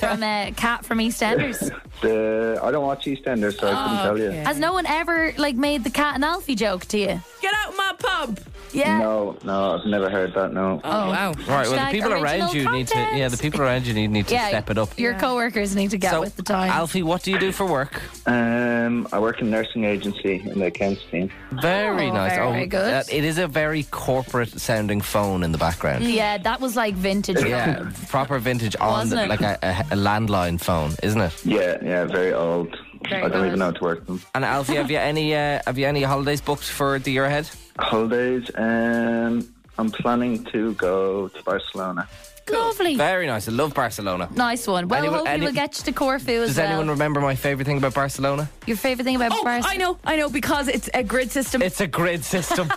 S5: from a cat from EastEnders?
S12: The, Uh, I don't watch EastEnders, so I couldn't tell you.
S5: Has no one ever like made the cat and Alfie joke to you?
S3: Get out my pub.
S5: Yeah.
S12: No, no, I've never heard that. No.
S3: Oh, wow.
S4: Right, well,
S5: Hashtag
S4: the people around
S5: original
S4: you need to.
S5: content.
S4: Yeah, the people around you need, need to
S5: Yeah,
S4: step it up.
S5: Your coworkers need to get
S4: So,
S5: with the time.
S4: Alfie, what do you do for work?
S12: Um, I work in nursing agency in the accounts team.
S4: Very
S5: Oh,
S4: nice.
S5: very good.
S4: uh, it is a very corporate sounding phone in the background.
S5: yeah, that was like vintage.
S4: Yeah, proper vintage on
S5: Wasn't it?
S4: like a, a, a landline phone, isn't it?
S12: Yeah, yeah, very old.
S5: Very
S12: I don't
S5: old.
S12: even know how to work them.
S4: And Alfie, have you any uh, have you any holidays booked for the year ahead?
S12: Holidays. Um, I'm planning to go to Barcelona.
S5: Lovely.
S4: Very nice. I love Barcelona.
S5: Nice one. Well,
S4: Anyone-
S5: hopefully
S4: any-
S5: we'll get you to Corfu as
S4: Does
S5: well.
S4: anyone remember my favorite thing about Barcelona?
S5: Your favorite thing about
S3: Oh,
S5: Barcelona?
S3: I know, I know, because it's a grid system.
S4: It's a grid system.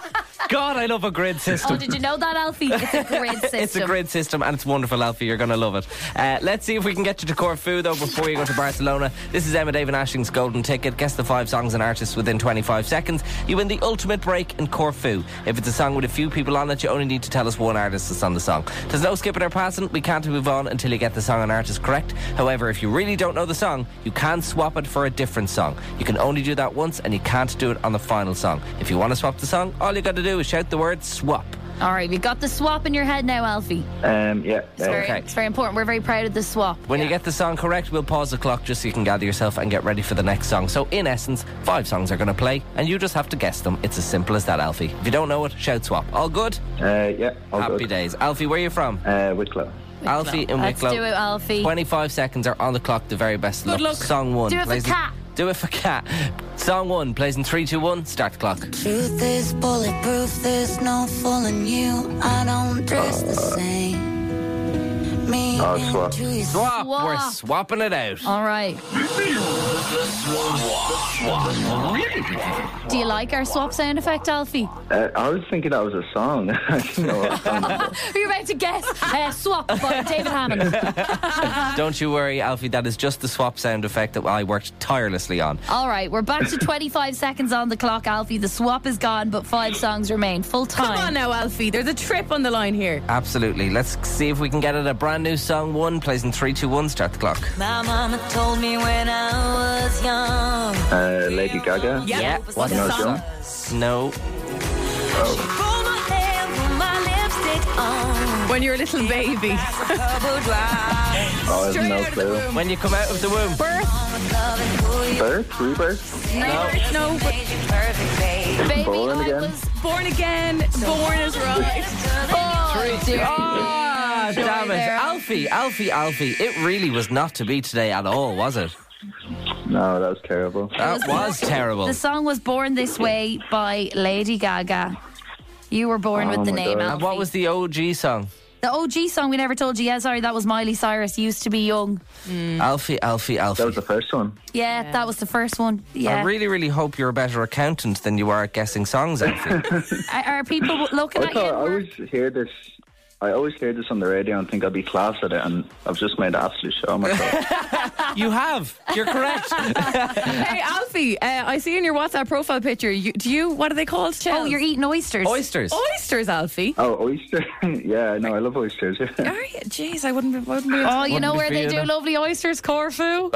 S4: God, I love a grid
S5: Oh,
S4: system.
S5: did you know that, Alfie? It's a grid system.
S4: It's a grid system and it's wonderful, Alfie. You're going to love it. Uh, let's see if we can get you to Corfu, though, before you go to Barcelona. This is Emma David Ashing's Golden Ticket. Guess the five songs and artists within 25 seconds. You win the ultimate break in Corfu. If it's a song with a few people on it, you only need to tell us one artist that's on the song. There's no skipping or passing. We can't move on until you get the song and artist correct. However, if you really don't know the song, you can swap it for a different song. You can only do that once and you can't do it on the final song. If you want to swap the song, all you got to do is shout the word swap.
S5: All right, we've got the swap in your head now, Alfie.
S12: Um, yeah.
S5: It's,
S12: yeah.
S5: very,
S4: Okay.
S5: it's very important. We're very proud of the swap.
S4: When you get the song correct, we'll pause the clock just so you can gather yourself and get ready for the next song. So, in essence, five songs are going to play, and you just have to guess them. It's as simple as that, Alfie. If you don't know it, shout swap. All good?
S12: Uh, yeah. All
S4: Happy
S12: good.
S4: days. Alfie, where are you from?
S12: Uh, Wicklow.
S4: Alfie in
S5: Let's
S4: Wicklow.
S5: do it, Alfie.
S4: 25 seconds are on the clock. The very best good luck. Song one.
S5: Do it for
S4: plays in-
S5: Cat.
S4: Do it for cat. Song one plays in three, two, one. Start the clock.
S2: Truth is bulletproof, there's no fooling you. I don't dress the same. Me
S12: Oh, swap.
S2: and you,
S4: Swap.
S5: Swap.
S4: We're swapping it out.
S5: All right. Do you like our swap sound effect, Alfie?
S12: Uh, I was thinking that was a song. I didn't know what song it was.
S5: You're about to guess uh, swap by David Hammond.
S4: Don't you worry, Alfie. That is just the swap sound effect that I worked tirelessly on.
S5: All right, we're back to 25 seconds on the clock, Alfie. The swap is gone, but five songs remain. Full time.
S3: Come on now, Alfie. There's a trip on the line here.
S4: Absolutely. Let's see if we can get it a brand new song. One plays in three, two, one. Start the clock.
S2: My mama told me when I was young.
S12: Uh, Lady Gaga.
S4: Yeah. What's
S12: No
S4: the
S12: song?
S4: song? No.
S2: Pull my hair, put my lipstick on.
S3: When you're a little baby.
S2: Couple drives.
S12: Oh, I have no
S3: out of the
S12: clue.
S4: When you come out of the womb.
S2: Loving who you
S12: Birth? Rebirth?
S3: No, but
S2: made you perfect, babe.
S5: Baby,
S12: Born
S5: I
S12: again.
S5: was
S3: born again, born is right.
S5: born.
S4: Ah, damn it. Alfie, Alfie, Alfie. It really was not to be today at all, was it?
S12: No, that was terrible.
S4: That was terrible.
S5: The song was Born This Way by Lady Gaga. You were born
S12: Oh
S5: with the
S12: my
S5: name
S12: God.
S5: Alfie.
S4: And what was the OG song?
S5: the OG song we never told you? Yeah, sorry, that was Miley Cyrus, Used to Be Young.
S4: Mm. Alfie, Alfie, Alfie.
S12: That was the first one.
S5: Yeah, that was the first one.
S4: I
S5: Yeah.
S4: really, really hope you're a better accountant than you are at guessing songs, Alfie.
S5: are, are people w- looking
S12: I
S5: at you?
S12: thought
S5: at
S12: I
S5: work?
S12: always hear this. I always hear this on the radio and think I'll be class at it, and I've just made an absolute show of myself.
S4: You have. You're correct.
S3: hey, Alfie, uh, I see in your WhatsApp profile picture. You, do you? What are they called?
S5: Oh, you're eating oysters.
S4: Oysters.
S3: Oysters, Alfie.
S12: Oh, oyster. yeah, no, I love oysters.
S3: Are you? Jeez, I wouldn't. wouldn't be
S5: Oh, you know
S4: be
S5: where
S4: for
S5: they
S4: you,
S5: do
S4: though.
S5: lovely oysters, Corfu.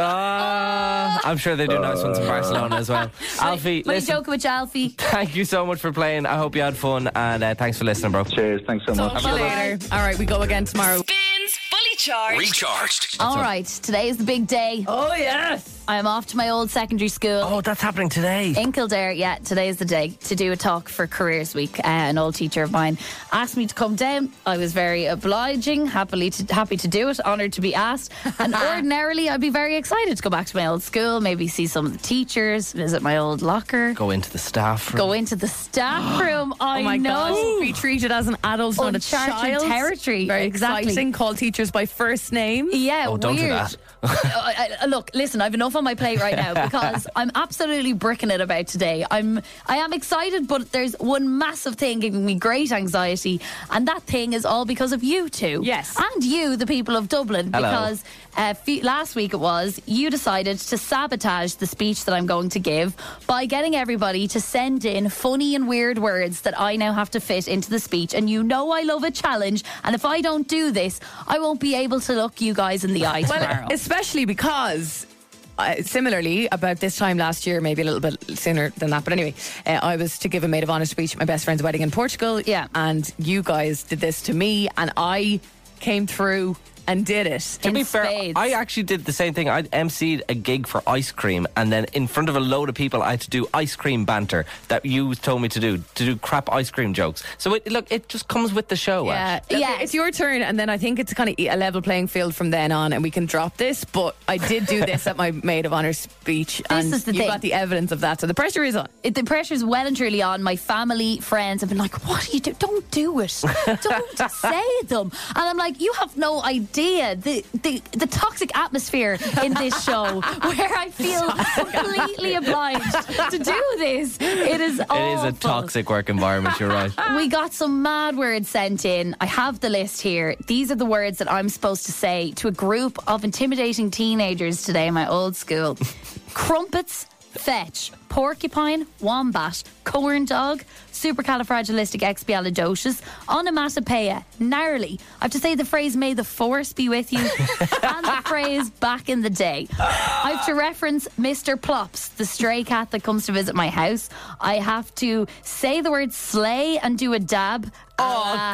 S4: Ah, I'm sure they do nice ones
S12: Uh.
S4: in Barcelona as well. Alfie,
S5: My
S4: listen,
S5: joke with Alfie.
S4: thank you so much for playing. I hope you had fun and uh, thanks for listening, bro.
S12: Cheers. Thanks so much.
S3: Talk to you later. All right, we go again tomorrow.
S6: Spins fully charged.
S1: Recharged.
S5: All right, today is the big day.
S3: Oh yes.
S5: I'm off to my old secondary school.
S4: Oh, that's happening today.
S5: In Kildare, yeah, today is the day to do a talk for Careers Week. Uh, an old teacher of mine asked me to come down. I was very obliging, happily to, happy to do it, honoured to be asked. And ordinarily, I'd be very excited to go back to my old school, maybe see some of the teachers, visit my old locker,
S4: Go into the staff room.
S5: go into the staff room. I
S3: Oh my
S5: know.
S3: God. Be treated as an adult, not a
S5: Uncharted
S3: child.
S5: territory.
S3: Very
S5: Exactly.
S3: exciting. Call teachers by first name.
S5: Yeah,
S4: Oh, don't do
S5: weird.
S4: that.
S5: I, I- look, listen, I've enough on my plate right now because I'm absolutely bricking it about today. I'm I am excited, but there's one massive thing giving me great anxiety, and that thing is all because of you two.
S3: Yes.
S5: and you, the people of Dublin,
S4: Hello.
S5: because uh, fe- last week it was you decided to sabotage the speech that I'm going to give by getting everybody to send in funny and weird words that I now have to fit into the speech. And you know I love a challenge, and if I don't do this, I won't be able to look you guys in the eye tomorrow.
S3: Well, especially because. Uh, similarly, about this time last year, maybe a little bit sooner than that, but anyway, uh, I was to give a maid of honor speech at my best friend's wedding in Portugal.
S5: Yeah.
S3: And you guys did this to me, and I came through and did it.
S4: To
S5: in
S4: be fair,
S5: spades.
S4: I actually did the same thing. I emceed a gig for ice cream, and then in front of a load of people, I had to do ice cream banter that you told me to do, to do crap ice cream jokes. So it, look, it just comes with the show.
S3: Yeah,
S4: Ash.
S3: yeah. It's your turn, and then I think it's kind of a level playing field from then on, and we can drop this. But I did do this at my maid of honor speech, and
S5: is the
S3: you
S5: thing.
S3: got the evidence of that. So the pressure is on.
S5: it, the pressure's well and truly on. My family, friends have been like, "What are you doing? Don't do it. Don't say them." And I'm like, "You have no idea the the, the toxic atmosphere in this show where I feel completely obliged to do this. It is
S4: It
S5: awful.
S4: is a toxic work environment, you're right.
S5: We got some mad words sent in. I have the list here. These are the words that I'm supposed to say to a group of intimidating teenagers today in my old school. Crumpets, fetch, porcupine, wombat, corn dog, supercalifragilisticexpialidocious, onomatopoeia, narrowly. I have to say the phrase "May the force be with you" and the phrase "Back in the day." I have to reference Mr. Plops, the stray cat that comes to visit my house. I have to say the word "slay" and do a dab. Uh,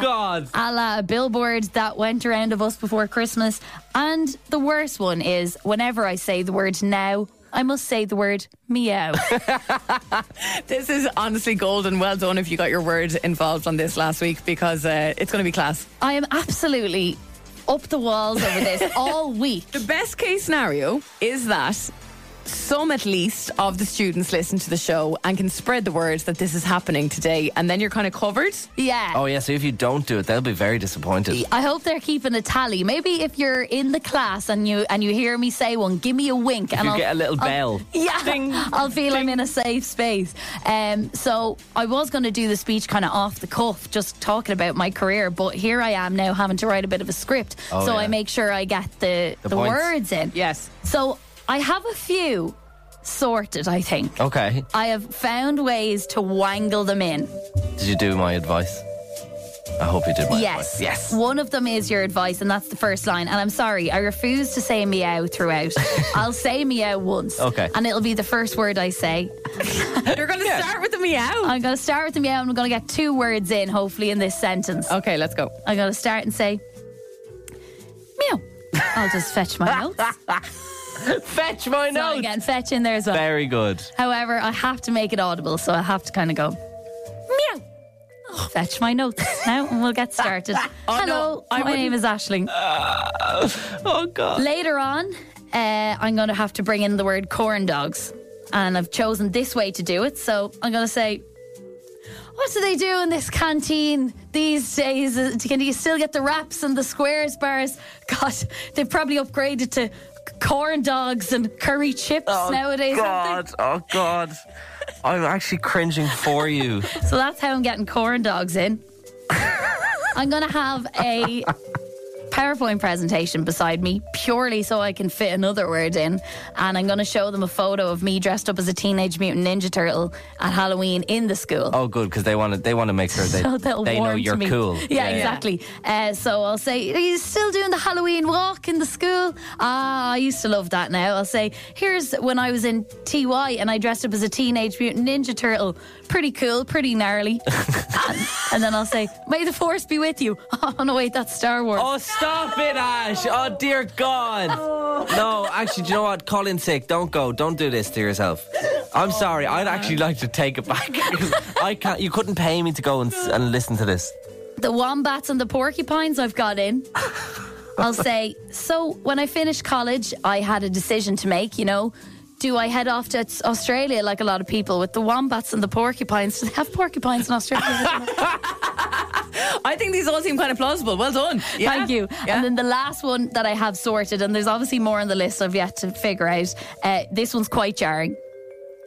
S4: Oh, God.
S5: A la a billboard that went around of us before Christmas. And the worst one is whenever I say the word now, I must say the word meow.
S3: This is honestly golden. Well done if you got your words involved on this last week, because uh, it's going to be class.
S5: I am absolutely up the walls over this all week.
S3: The best case scenario is that some at least of the students listen to the show and can spread the word that this is happening today, and then you're kind of covered.
S5: Yeah.
S4: Oh, yeah, so if you don't do it, they'll be very disappointed.
S5: I hope they're keeping a tally. Maybe if you're in the class and you and you hear me say one, give me a wink and
S4: You
S5: I'll
S4: get a little bell.
S5: Yeah, I'll feel I'm in a safe space. Um, so I was going to do the speech kind of off the cuff, just talking about my career, but here I am now having to write a bit of a script.
S4: Oh,
S5: so I
S4: yeah.
S5: make sure I get the,
S4: The
S5: the,
S4: points.
S5: words in.
S3: Yes.
S5: So I have a few sorted, I think.
S4: Okay.
S5: I have found ways to wangle them in.
S4: Did you do my advice? I hope you did my
S5: Yes.
S4: advice. Yes.
S5: One of them is your advice, and that's the first line. And I'm sorry, I refuse to say meow throughout. I'll say meow once.
S4: Okay.
S5: And it'll be the first word I say.
S3: You're going to start with the meow.
S5: I'm going to start with the meow, and I'm going to get two words in, hopefully, in this sentence.
S4: Oh.
S3: Okay, let's go.
S5: I'm going to start and say, meow. I'll just fetch my notes.
S4: Fetch my
S5: So I'm
S4: notes.
S5: getting fetch in there as well.
S4: Very good.
S5: However, I have to make it audible, so I have to kind of go, meow. I'll Fetch my notes now, and we'll get started.
S3: Oh, no,
S5: Hello,
S3: I
S5: my name is Ashling.
S4: Oh, God.
S5: Later on, uh, I'm going to have to bring in the word corn dogs. And I've chosen this way to do it. So I'm going to say, what do they do in this canteen these days? Uh, Can you still get the wraps and the squares bars? God, they've probably upgraded to c- corn dogs and curry chips
S3: Oh,
S5: nowadays. haven't
S4: God. Oh, God. I'm actually cringing for you.
S5: they? So that's how I'm getting corn dogs in. I'm going to have a PowerPoint presentation beside me purely so I can fit another word in. And I'm going to show them a photo of me dressed up as a Teenage Mutant Ninja Turtle at Halloween in the school.
S4: Oh, good, because they want to they want to make sure they
S5: So they'll
S4: they know
S5: warm to
S4: you're
S5: me.
S4: cool.
S5: Yeah, exactly. Uh, so I'll say, Are you still doing the Halloween walk in the school? Ah, I used to love that now. I'll say, Here's when I was in TY and I dressed up as a Teenage Mutant Ninja Turtle. Pretty cool, pretty gnarly. and, and then I'll say, May the Force be with you. Oh, no, wait, that's Star Wars.
S4: Oh, stop it, Ash! Oh, dear God! No, actually, do you know what? Call in sick. Don't go. Don't do this to yourself. I'm sorry. I'd actually like to take it back. 'Cause I can't. You couldn't pay me to go and, s- and listen to this.
S5: the wombats and the porcupines I've got in. I'll say, so when I finished college, I had a decision to make, you know. Do I head off to Aus- Australia like a lot of people with the wombats and the porcupines? Do they have porcupines in Australia?
S3: I think these all seem kind of plausible. Well done. Yeah.
S5: Thank you. And then the last one that I have sorted, and there's obviously more on the list I've yet to figure out. Uh, this one's quite jarring.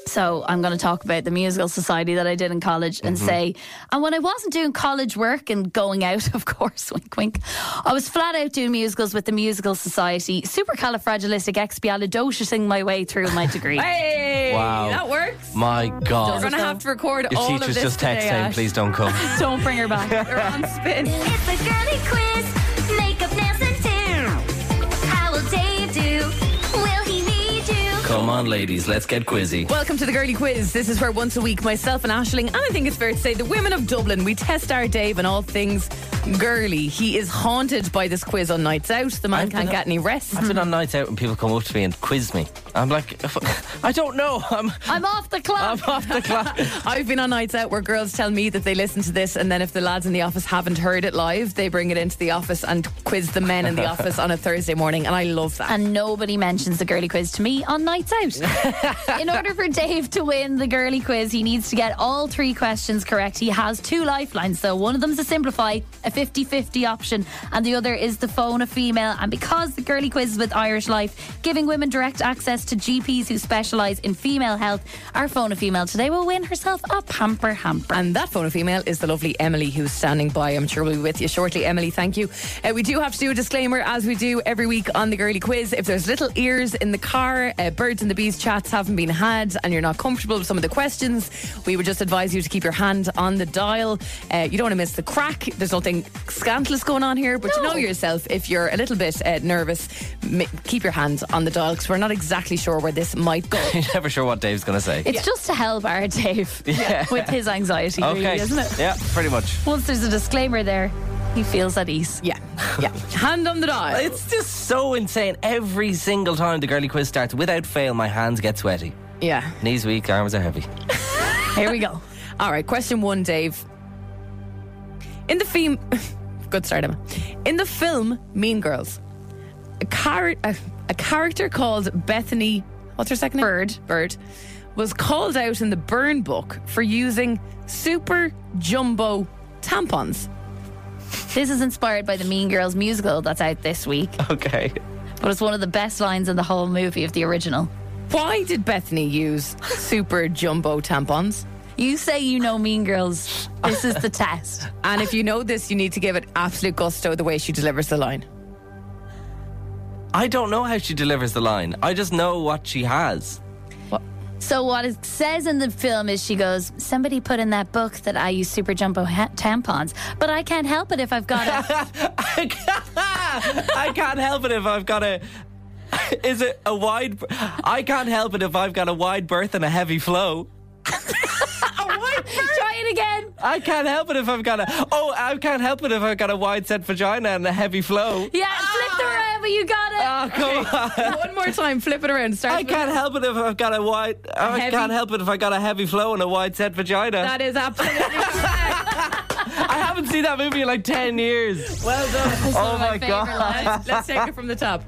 S5: So I'm going to talk about the musical society that I did in college and
S3: Mm-hmm.
S5: say, and when I wasn't doing college work and going out, of course, wink, wink, I was flat out doing musicals with the musical society, supercalifragilisticexpialidocious my way through my degree.
S3: Hey,
S4: Wow.
S3: that works.
S4: My
S3: We're going
S4: God!
S3: to have to record
S4: Your
S3: all of
S4: teacher's
S3: this
S4: just
S3: today,
S4: texting,
S3: Ash.
S4: please don't come.
S5: Don't bring her back.
S3: They're on spin.
S2: It's a girly quiz, makeup, nails, and two. How will Dave do? Will he need you?
S4: come on, ladies, let's get quizzy.
S3: Welcome to the Girly Quiz. This is where once a week myself and Ashling, and I think it's fair to say the women of Dublin, we test our Dave and all things girly. He is haunted by this quiz on nights out. The man
S4: I've been
S3: can't
S4: on-
S3: get any rest.
S4: I've been on nights out and people come up to me and quiz me. I'm like, "If- I don't know. I'm
S5: I'm off the clock.
S4: I'm off the clock.
S3: I've been on nights out where girls tell me that they listen to this, and then if the lads in the office haven't heard it live, they bring it into the office and quiz the men in the office on a Thursday morning, and I love that.
S5: and nobody mentions the girly quiz to me on nights out. In order for Dave to win the girly quiz, he needs to get all three questions correct. He has two lifelines, though. One of them's a simplify, a 50 50 option, and the other is the phone a female. And because the girly quiz is with Irish Life, giving women direct access to GPs who specialise in female health, our phone a female today will win herself a pamper hamper.
S3: And that phone of female is the lovely Emily who's standing by. I'm sure we'll be with you shortly. Emily, thank you. Uh, we do have to do a disclaimer as we do every week on the girly quiz. If there's little ears in the car, uh, birds and the bees chats haven't been had, and you're not comfortable with some of the questions, we would just advise you to keep your hand on the dial. Uh, you don't want to miss the crack. There's nothing scandalous going on here, but you know yourself if you're a little bit uh, nervous, m- keep your hand on the dial because we're not exactly sure where this might go.
S4: You're never sure what Dave's going to say.
S5: It's just to hell bar Dave with his anxiety, really,
S4: okay.
S5: isn't it?
S4: Yeah, pretty much.
S5: Once there's a disclaimer there, he feels at ease.
S3: Yeah, yeah. hand on the dial.
S4: It's just so insane. Every single time the girly quiz starts, without fail, my hands get sweaty.
S3: yeah.
S4: Knees weak, arms are heavy.
S5: Here we go.
S3: All right, question one, Dave. In the film, good start, Emma. In the film Mean Girls, a, char- a, a character called Bethany, what's her second name? Bird. Bird was called out in the burn book for using super jumbo tampons.
S5: This is inspired by the Mean Girls musical that's out this week,
S4: Okay.
S5: but it's one of the best lines in the whole movie of the original.
S3: Why did Bethany use super jumbo tampons?
S5: You say you know Mean Girls. This is the test.
S3: And if you know this, you need to give it absolute gusto the way she delivers the line.
S4: I don't know how she delivers the line. I just know what she has.
S5: So what it says in the film is she goes, "Somebody put in that book that I use super jumbo ha- tampons, but I can't help it if I've got a
S4: I can't help it if I've got a. Is it a wide? I can't help it if I've got a wide berth and a heavy flow.
S5: Try it again.
S4: I can't help it if I've got a. Oh, I can't help it if I've got a wide set vagina and a heavy flow.
S5: Yeah, flip the around, but you got it.
S4: Oh, come on.
S3: One more time, flip it around. Start
S4: I
S3: with-
S4: can't help it if I've got a wide. I
S3: Heavy-
S4: can't help it if I got a heavy flow and a wide set vagina.
S3: That is absolutely correct.
S4: I haven't seen that movie in like ten years.
S3: Well done.
S4: Oh my, god.
S3: Let's, let's take it from the top.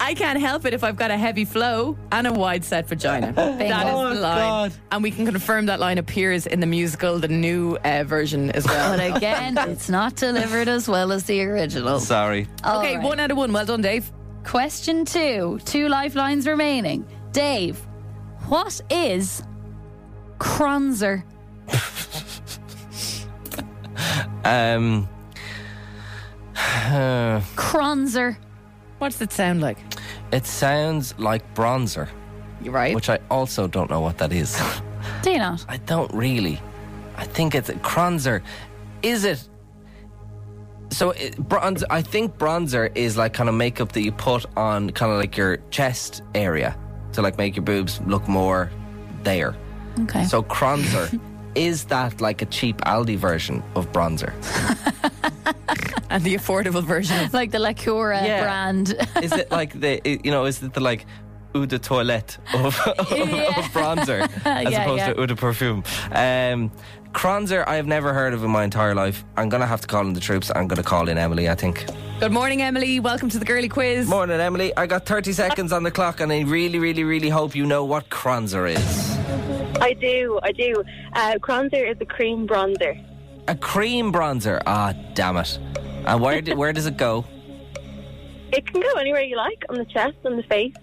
S3: I can't help it if I've got a heavy flow and a wide set vagina. That is
S4: Oh,
S3: the line.
S4: God.
S3: And we can confirm that line appears in the musical, the new uh, version as well.
S5: But again, it's not delivered as well as the original.
S4: Sorry.
S5: All
S3: okay,
S5: right.
S3: one out of one. Well done, Dave.
S5: Question two, two lifelines remaining. Dave, what is Kronzer?
S4: Um.
S5: Kronzer.
S3: What does it sound like?
S4: It sounds like bronzer.
S3: You're right.
S4: Which I also don't know what that is.
S5: Do you not?
S4: I don't really. I think it's Kronzer. Is it? So it, bronze. I think bronzer is like kind of makeup that you put on kind of like your chest area to like make your boobs look more there.
S5: Okay.
S4: So Kronzer is that like a cheap Aldi version of bronzer?
S3: And the affordable version of
S5: Like the Lacura
S4: Yeah.
S5: brand.
S4: is it like the i- you know is it the like eau de toilette of, of, of bronzer as
S5: Yeah,
S4: opposed
S5: yeah.
S4: to eau de perfume um Kronzer, I have never heard of in my entire life. I'm gonna have to call in the troops. I'm gonna call in Emily. I think.
S3: Good morning, Emily. Welcome to the girly quiz.
S4: Morning, Emily. I got 30 seconds on the clock, and I really, really, really hope you know what Kronzer is.
S13: I do, I do. Uh, bronzer is a cream bronzer.
S4: A cream bronzer. Ah, damn it. And where do, where does it go?
S13: It can go anywhere you like on the chest, on the face.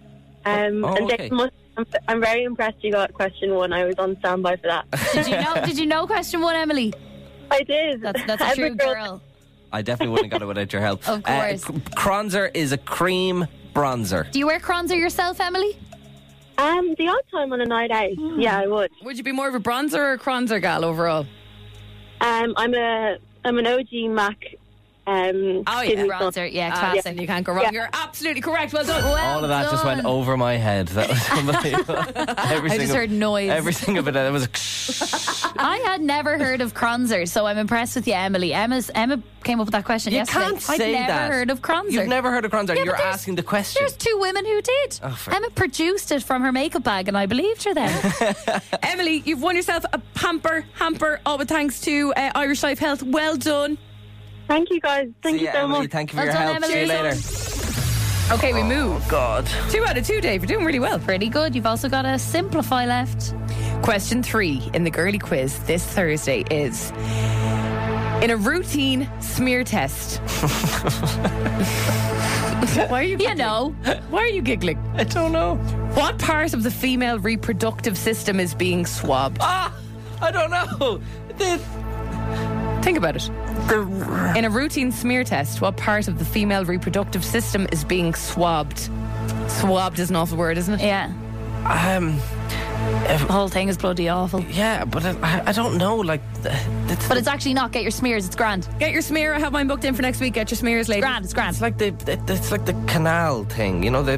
S13: Um,
S4: Oh,
S13: and
S4: okay.
S13: Dave must, I'm, I'm very impressed you got question one. I was on standby for that.
S5: did you know? Did you know question one, Emily?
S13: I did.
S5: That's that's a
S13: Every
S5: true
S13: girl-
S5: girl.
S4: I definitely wouldn't have got it without your help.
S5: Of course.
S4: Uh, Kronzer is a cream bronzer.
S5: Do you wear Kronzer yourself, Emily?
S13: Um, the odd time on a night out.
S5: Mm.
S13: Yeah, I would.
S3: Would you be more of a bronzer or a Kronzer gal overall?
S13: Um, I'm a I'm an OG Mac. Um,
S3: Oh, yeah.
S13: kidney sun.
S5: Bronzer, yeah,
S3: Ah,
S5: classic.
S3: yes, you can't go wrong.
S13: Yeah.
S3: You're absolutely correct. Well done.
S4: All of that just went over my head. That was unbelievable. every
S5: I just
S4: single,
S5: heard noise.
S4: Every single bit of it was.
S5: I had never heard of Kronzer, so I'm impressed with you, Emily. Emma's, Emma came up with that question
S4: you
S5: yesterday.
S4: can't
S5: I'd
S4: say
S5: never
S4: that.
S5: heard of Kronzer.
S4: You've never heard of Kronzer.
S5: Yeah, but
S4: You're
S5: there's-
S4: asking the question.
S5: There's two women who did.
S4: Oh, for-
S5: Emma produced it from her makeup bag, and I believed her then.
S3: Emily, you've won yourself a pamper hamper, all with thanks to uh, Irish Life Health. Well done.
S13: Thank you guys. Thank
S4: See
S13: you
S4: ya,
S13: so
S4: Emily.
S13: much.
S4: Thank you for
S5: Well
S4: your
S5: done,
S4: help. See you
S5: Emily.
S4: later.
S3: Okay, we move.
S4: God.
S3: Two out of two, Dave. You're doing really well.
S5: Pretty good. You've also got a simplify left.
S3: Question three in the girly quiz this Thursday is in a routine smear test. why are you?
S5: You know,
S3: Why are you giggling?
S4: I don't know.
S3: What part of the female reproductive system is being swabbed?
S4: Ah, I don't know. The,
S3: Think about it.
S4: the,
S3: In a routine smear test, what part of the female reproductive system is being swabbed? Swabbed is an awful word, isn't it?
S5: yeah,
S4: um,
S5: the whole thing is bloody awful.
S4: yeah, but I, I don't know. Like, the- it's,
S5: But it's actually not get your smears. It's grand.
S3: Get your smear. I have mine booked in for next week. Get your smears later.
S5: Grand. It's grand.
S4: it's like the it- it's like the canal thing. You know the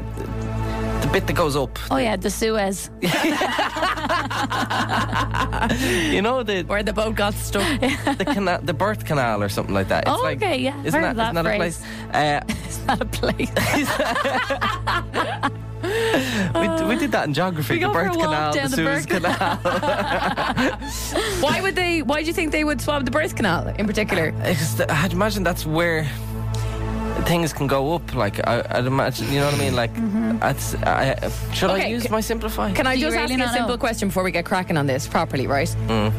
S4: the bit that goes up.
S5: Oh yeah, the Suez.
S4: You know the
S3: Where the boat got stuck.
S4: the canal, the birth canal or something like that. It's
S5: Oh,
S4: like,
S5: okay, yeah, I've
S4: Isn't
S5: heard
S4: that,
S5: of
S4: isn't that a
S5: that
S4: place? Uh,
S5: It's not a place.
S4: Uh, we, we did that in geography.
S5: go
S4: the
S5: for
S4: birth
S5: a walk
S4: canal, the
S5: down the
S4: Suez
S5: birth
S4: canal.
S3: why would they? Why do you think they would swab the birth canal in particular?
S4: It's the- I'd imagine that's where things can go up. Like I, I'd imagine, you know what I mean? Like,
S5: Mm-hmm.
S4: that's, I, should I
S3: Okay,
S4: use
S3: c-
S4: my simplify?
S3: Can I
S5: Do you
S3: just
S5: really
S3: ask you a
S5: not
S3: simple
S5: know?
S3: question before we get cracking on this properly, right?
S4: Mm.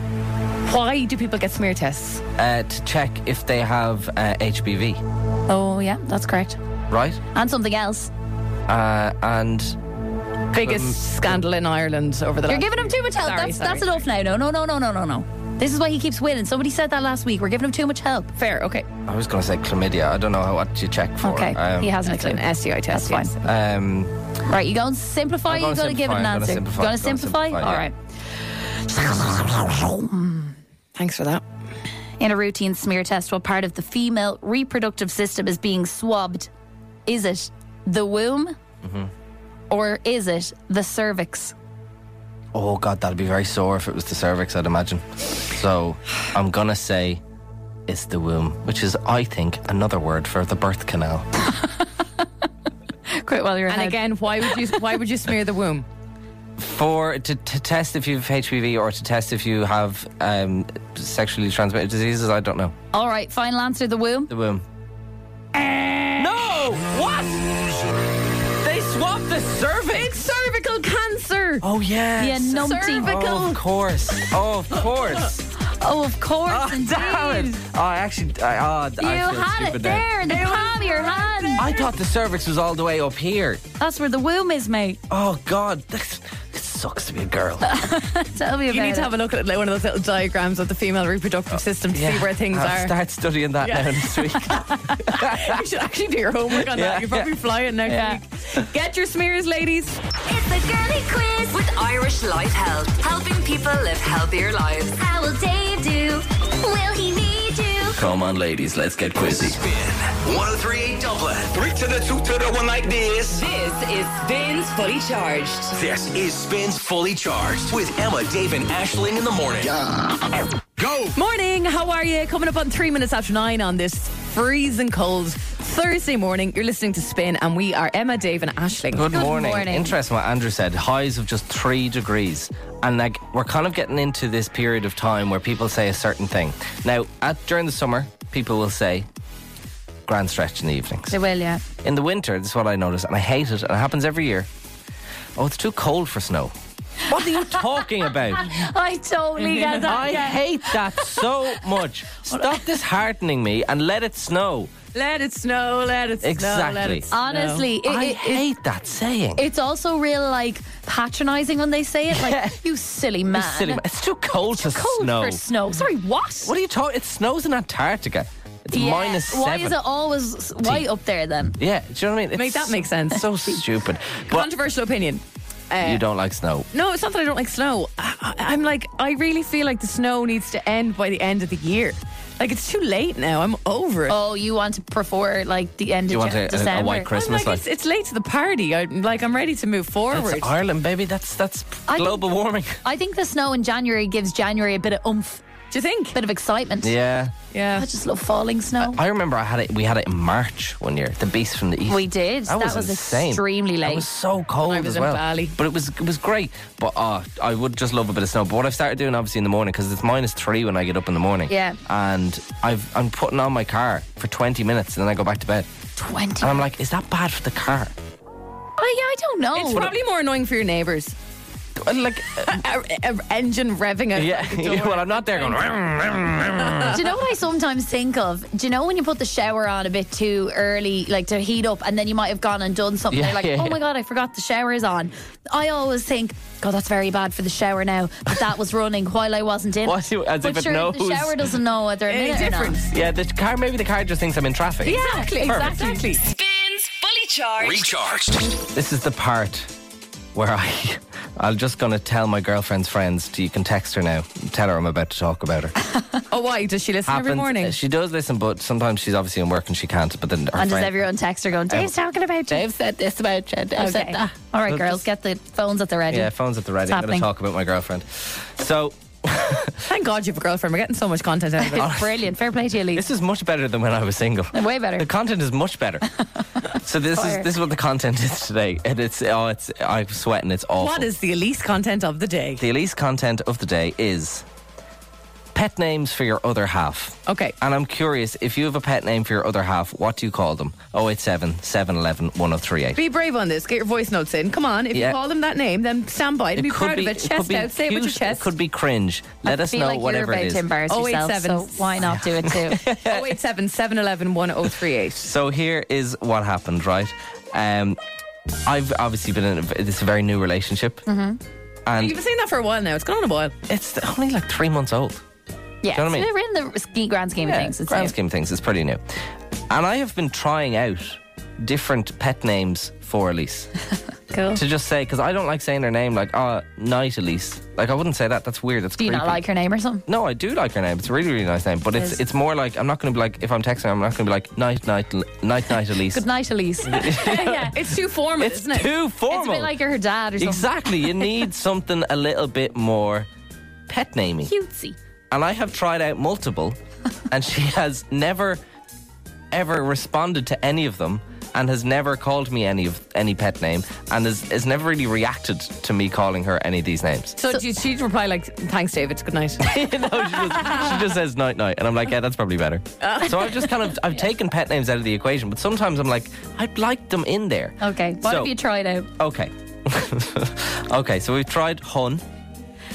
S3: Why do people get smear tests?
S4: uh, to check if they have uh, HPV,
S5: Oh yeah, that's correct.
S4: right?
S5: And something else.
S4: Uh, and
S3: Biggest scandal in Ireland over the
S5: You're
S3: last
S5: giving him too much help.
S3: Sorry,
S5: that's, that's
S3: sorry.
S5: enough now. No, no, no, no, no, no, no. This is why he keeps winning. Somebody said that last week. We're giving him too much help.
S3: fair. Okay,
S4: I was going to say chlamydia. I don't know how, what you check for.
S5: Okay,
S4: Um,
S5: he hasn't a
S3: an
S5: clue.
S3: STI test.
S5: That's
S3: yes.
S4: Um,
S5: Right, you going to simplify?
S4: I'm
S5: You
S4: gonna
S5: going to give it an
S4: simplify, I'm gonna
S5: answer? You
S4: simplify,
S5: going to
S4: I'm gonna
S5: simplify?
S4: simplify, yeah.
S5: All right.
S3: Thanks for that.
S5: In a routine smear test, what part of the female reproductive system is being swabbed? Is it the womb,
S4: Mm-hmm.
S5: or is it the cervix?
S4: oh God, that'd be very sore if it was the cervix. I'd imagine. So I'm going to say it's the womb, which is, I think, another word for the birth canal.
S5: Quit while you're
S3: And
S5: ahead.
S3: again, why would you? Why would you smear the womb?
S4: for to, to test if you have HPV or to test if you have um, sexually transmitted diseases. I don't know.
S5: All right, final answer: the womb.
S4: The womb. No! What? They swapped the cervix.
S3: Cervical cancer.
S4: Oh yes.
S5: Yeah, numpty.
S4: Oh, of course. Oh, of course.
S5: Oh, of course,
S4: oh,
S5: indeed.
S4: damn it. Oh, I actually, I, oh,
S5: You
S4: I feel
S5: had it
S4: stupid now.
S5: there in the palm of your hand.
S4: I thought the cervix was all the way up here.
S5: That's where the womb is, mate.
S4: Oh God, that's, that's
S12: sucks to be a girl.
S5: Tell me about
S3: You need to
S5: it.
S3: have a look at like, one of those little diagrams of the female
S12: Oh,
S3: reproductive system to see where things
S12: I'll
S3: are.
S12: Start studying that
S3: Yeah.
S12: now next week.
S3: you should actually do your homework on
S12: Yeah,
S3: that. You're probably flying next week. Get your smears, ladies.
S14: It's the girly quiz with Irish Life Health, helping people live healthier lives. How will Dave do? Will he need you?
S12: Come on, ladies, let's get quizzy.
S1: 1038 Dublin. oh Three to the two to the one like this.
S14: This is Spins Fully Charged.
S1: This is Spins Fully Charged with Emma, Dave, and Ashling in the morning. Go!
S3: Morning, how are you? Coming up on three minutes after nine on this freezing cold Thursday morning. You're listening to Spin, and we are Emma, Dave, and Ashling.
S12: Good, morning. Interesting what Andrew said. Highs of just three degrees. And like we're kind of getting into this period of time where people say a certain thing. Now, at during the summer, people will say grand stretch in the evenings.
S5: They will, yeah.
S12: In the winter, this is what I notice, and I hate it, and it happens every year. Oh, it's too cold for snow. What are you talking about?
S5: I totally get that.
S12: I
S5: yeah.
S12: hate that so much. Stop disheartening me and let it snow.
S3: Let it snow, let it
S12: Exactly.
S3: snow, let it snow.
S5: Honestly, it-
S12: I
S5: it- it-
S12: hate that saying.
S5: It's also real like patronizing when they say it. Like, you silly man.
S12: It's silly. It's too cold for
S5: Cold
S12: snow.
S5: for snow. Sorry, what?
S12: What are you talking? It snows in Antarctica. It's
S5: Yeah.
S12: minus seven.
S5: Why is it always s- right up there then?
S12: yeah, do you know what I mean?
S3: Make that make sense.
S12: So stupid. But
S3: Controversial opinion. Uh,
S12: you don't like snow.
S3: No, it's not that I don't like snow. I, I- I'm like, I really feel like the snow needs to end by the end of the year. Like, it's too late now. I'm over it.
S5: Oh, you want to prefer like the end
S12: Do you
S5: of
S12: want
S5: Je-
S12: a- a- a
S5: December?
S12: white
S3: I'm
S12: Christmas?
S3: like,
S12: like-
S3: it's, it's late to the party. I'm like, I'm ready to move forward.
S12: It's Ireland, baby. That's that's
S5: I think-
S12: global warming.
S5: I think the snow in January gives January a bit of oomph,
S3: Do you think?
S5: bit of excitement.
S12: Yeah.
S3: Yeah.
S5: I just love falling snow.
S12: I remember I had it. We had it in March one year. The Beast from the East.
S5: we did.
S12: That, was, insane.
S5: extremely
S12: It
S5: late.
S12: was so cold
S3: was
S12: as
S3: in
S12: well.
S3: Bali.
S12: But it was it was great. But uh, I would just love a bit of snow. But what I've started doing obviously in the morning because it's minus three when I get up in the morning.
S5: Yeah.
S12: And I've I'm putting on my car for twenty minutes and then I go back to bed.
S5: 20.
S12: And I'm like, is that bad for the car?
S5: I, I don't know.
S3: It's probably more annoying for your neighbours.
S12: And like, uh,
S3: Our- our engine revving out.
S12: yeah. well, I'm not there going. "Rum, rum, rum."
S5: do you know what I sometimes think of? Do you know when you put the shower on a bit too early, like to heat up, and then you might have gone and done something?
S12: Yeah,
S5: you're like,
S12: yeah,
S5: oh my
S12: yeah.
S5: God, I forgot the shower is on. I always think, God, that's very bad for the shower now, but that was running while I wasn't in.
S12: What? As
S5: but
S12: if it
S5: sure,
S12: knows.
S5: the shower doesn't know whether I'm
S3: Any
S5: in it or not.
S3: difference?
S12: yeah. The car. Maybe the car just thinks I'm in traffic.
S3: Exactly.
S12: Perfect.
S3: Exactly.
S14: Spins Fully Charged.
S1: Recharged.
S12: This is the part where I, I'm just going to tell my girlfriend's friends. You can text her now. Tell her I'm about to talk about her.
S3: Oh, why? Does she listen every
S12: happens.
S3: morning?
S12: She does listen, but sometimes she's obviously in work and she can't. But then her
S5: And does
S12: friend,
S5: everyone text
S12: Um,
S5: her going, Dave's talking about you? Dave said this about you. Dave said that. All right,
S12: So
S5: girls, get the phones at the ready.
S12: yeah, phones at the ready.
S5: It's
S12: I'm going to
S5: happening.
S12: talk about my girlfriend. So
S3: Thank God you have a girlfriend. We're getting so much content out of it.
S5: It's brilliant. Fair play to you, Lee.
S12: this is much better than when I was single.
S5: Way
S12: The
S5: better.
S12: content is much better. so this
S5: Fire.
S12: is this is what the content is today, and it's oh, it's I'm sweating. It's awful.
S3: What is the Elise content of the day?
S12: the Elise content of the day is pet names for your other half.
S3: Okay.
S12: And I'm curious if you have a pet name for your other half, what do you call them? 087 711 1038.
S3: Be brave on this. Get your voice notes in. Come on. If
S12: Yeah.
S3: you call them that name, then stand by it. and Be proud of it. Chest out. Say it with your
S12: cute,
S3: chest.
S12: It could be cringe. Let us
S5: Feel
S12: know
S5: like you're
S12: whatever it
S5: about
S12: is.
S5: to embarrass yourself,
S3: 087.
S5: so Oh why not do it too?
S3: 087 711 1038.
S12: So here is what happened, right? Um, I've obviously been in a, it's a very new relationship.
S3: Mm-hmm. You've
S12: And
S3: been saying that for a while now. It's gone on a while.
S12: it's only like three months old.
S5: yeah,
S12: Do you know what I mean?
S5: so we're in the ski- grand scheme of things. It's
S12: grand
S5: new.
S12: scheme of things, it's pretty new. And I have been trying out different pet names for Elise.
S5: Cool.
S12: to just say because I don't like saying her name like oh night Elise like I wouldn't say that that's weird that's
S5: Do you
S12: creepy
S5: not like her name or something?
S12: no I do like her name it's a really really nice name but it's
S5: is.
S12: it's more like I'm not going to be like if I'm texting her I'm not going to be like night night L- night night Elise
S5: Good night, Elise. yeah.
S3: It's too formal,
S12: it's
S3: isn't it?
S12: too formal
S5: It's a bit like her dad or something.
S12: exactly you need something a little bit more pet namey
S5: Cutesy.
S12: and I have tried out multiple and she has never ever responded to any of them and has never called me any of any pet name and has, has never really reacted to me calling her any of these names
S3: so, she- she'd reply like, "Thanks, David. Good night."
S12: no, she just, she just says night night, and I'm like, yeah, that's probably better.
S3: Oh.
S12: So I've just kind of I've taken pet names out of the equation, but sometimes I'm like, I'd like them in there.
S5: Okay, what
S12: So-
S5: have you tried out?
S12: Okay, okay. So we've tried Hun.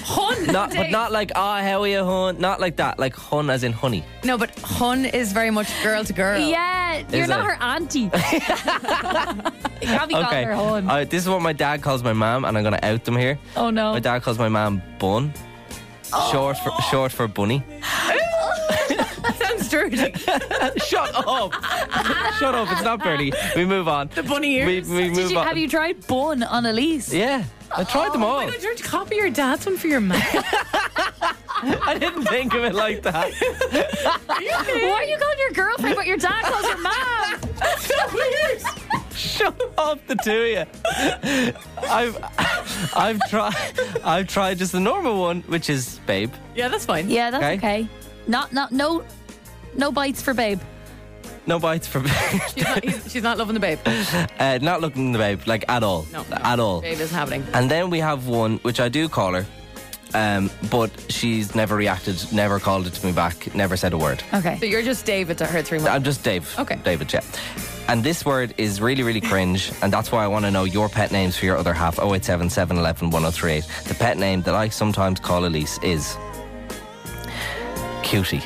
S3: Hun.
S4: Not, but
S3: Dave.
S4: not like, ah, how are you, hun? Not like that. Like, hun as in honey.
S3: No, but hun is very much girl to girl.
S5: Yeah,
S4: you're Is not it? her
S5: auntie.
S4: okay. Uh, this is what my dad calls my mom, and I'm going to out them here.
S5: Oh, no.
S4: My dad calls my mom Bun. Short for short for bunny.
S3: Sounds dirty.
S4: Shut up. Shut up. It's not Bernie. We move on.
S3: The bunny ears.
S4: We, we move
S5: Did you,
S4: on.
S5: have you tried bun on Elise?
S4: yeah. I tried them all.
S3: Why don't you copy your dad's one for your mom?
S4: I didn't think of it like that.
S5: Why are you calling your girlfriend but your dad calls your mom?
S4: Shut up, the two of you. I've I've tried I've tried just the normal one, which is babe.
S3: Yeah, that's fine.
S5: Yeah, that's
S4: Okay.
S5: okay. Not not no no bites for babe.
S4: No bites for
S3: She's not, he's- she's not loving the babe.
S4: uh, not looking the babe like at all,
S3: No, no.
S4: at all.
S3: Babe isn't happening.
S4: And then we have one which I do call her, um, but she's never reacted, never called it to me back, never said a word.
S5: Okay.
S3: So you're just David to her three months.
S4: I'm just Dave.
S3: Okay.
S4: David, yeah. And this word is really, really cringe, and that's why I want to know your pet names for your other half 087 711 1038. The pet name that I sometimes call Elise is Cutie.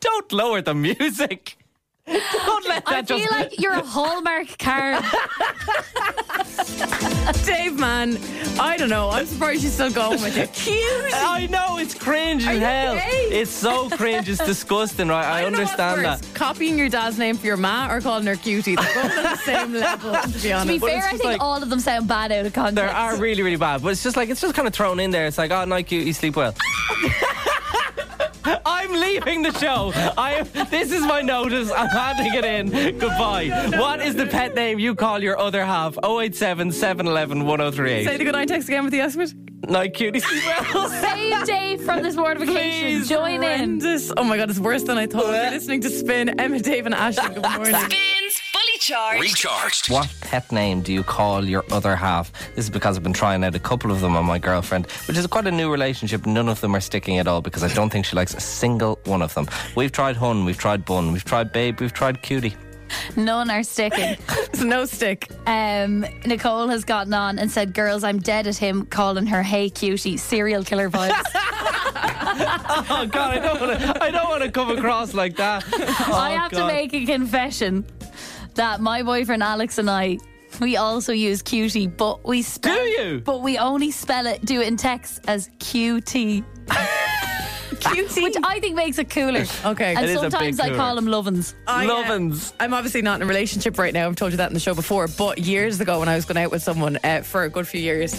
S4: Don't lower the music. Don't let
S5: I
S4: that
S5: feel
S4: just.
S5: like you're a hallmark card.
S3: Dave, man, I don't know. I'm surprised she's still going with it. Cute.
S4: I know it's cringe
S3: Are
S4: as
S3: you
S4: hell.
S3: okay?
S4: It's so cringe. It's disgusting, right? I,
S3: don't know what's worse,
S4: understand that.
S3: Copying your dad's name for your ma or calling her cutie. They're both on the same level, to be
S5: to
S3: honest.
S5: be
S4: But
S5: fair,
S4: it's
S5: I
S4: just
S5: think
S4: like-
S5: all of them sound bad out of context.
S4: There are really, really bad, but it's just like it's just kind of thrown in there. It's like, oh, night, you, you sleep well. I'm leaving the show. Oh, I am, this is my notice. I'm handing it in. Goodbye. what is the pet name you call your other half? 087 711
S3: Say
S4: 1038.
S3: the goodnight text again with the estimate.
S4: Night, cutie, sleep well.
S5: Same day from this mortification.
S4: Please,
S5: Join in.
S3: Horrendous. Oh my god, it's worse than I thought. You're listening to Spin, Emma, Dave, and Ashley. Good morning.
S15: Spins fully charged.
S1: Recharged.
S4: What pet name do you call your other half? This is because I've been trying out a couple of them on my girlfriend, which is quite a new relationship. None of them are sticking at all because I don't think she likes a single one of them. We've tried Hun, we've tried Bun, we've tried Babe, we've tried Cutie.
S5: None are sticking.
S3: It's no stick.
S5: Um, Nicole has gotten on and said, Girls, I'm dead at him calling her hey cutie, serial killer vibes.
S4: Oh God, I don't want to. I don't want to come across like that.
S5: I have to make a confession that my boyfriend Alex and I we also use cutie, but we spell
S4: Do you?
S5: but we only spell it do it in text as QT.
S3: Cutie.
S5: Which I think makes it cooler.
S3: Okay.
S5: And
S4: It is a big
S5: sometimes I
S4: cooler.
S5: call him Lovins.
S3: I, uh,
S4: Lovins.
S3: I'm obviously not in a relationship right now. I've told you that in the show before. But years ago, when I was going out with someone uh, for a good few years,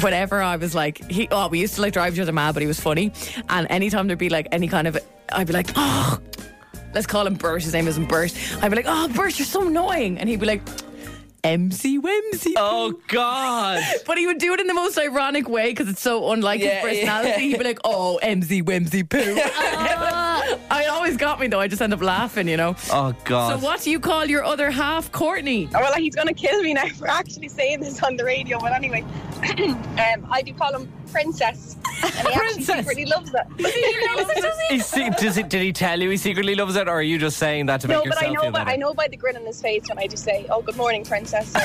S3: whenever I was like, he, oh, we used to like drive each other mad, but he was funny. And anytime there'd be like any kind of, I'd be like, oh, let's call him Bert. His name isn't Bert. I'd be like, oh, Bert, you're so annoying. And he'd be like, MC Wimsy.
S4: Oh God.
S3: But he would do it in the most ironic way because it's so unlike
S4: Yeah,
S3: his personality.
S4: yeah.
S3: He'd be like, "Oh, MZ Whimsy Poo." I always got me though. I just end up laughing, you know.
S4: Oh
S3: So
S4: God.
S3: what do you call your other half, Courtney?
S13: Oh, well, like, he's gonna kill me now for actually saying this on the radio. But anyway, um, I do call him Princess, and he actually
S4: Princess.
S13: secretly loves it.
S4: He se- does it, did he tell you he secretly loves it, or are you just saying that to
S13: No,
S4: make
S13: but
S4: yourself
S13: I know,
S4: feel
S13: but
S4: better?
S13: I know by the grin on his face when I just say, "Oh, good morning, princess." So,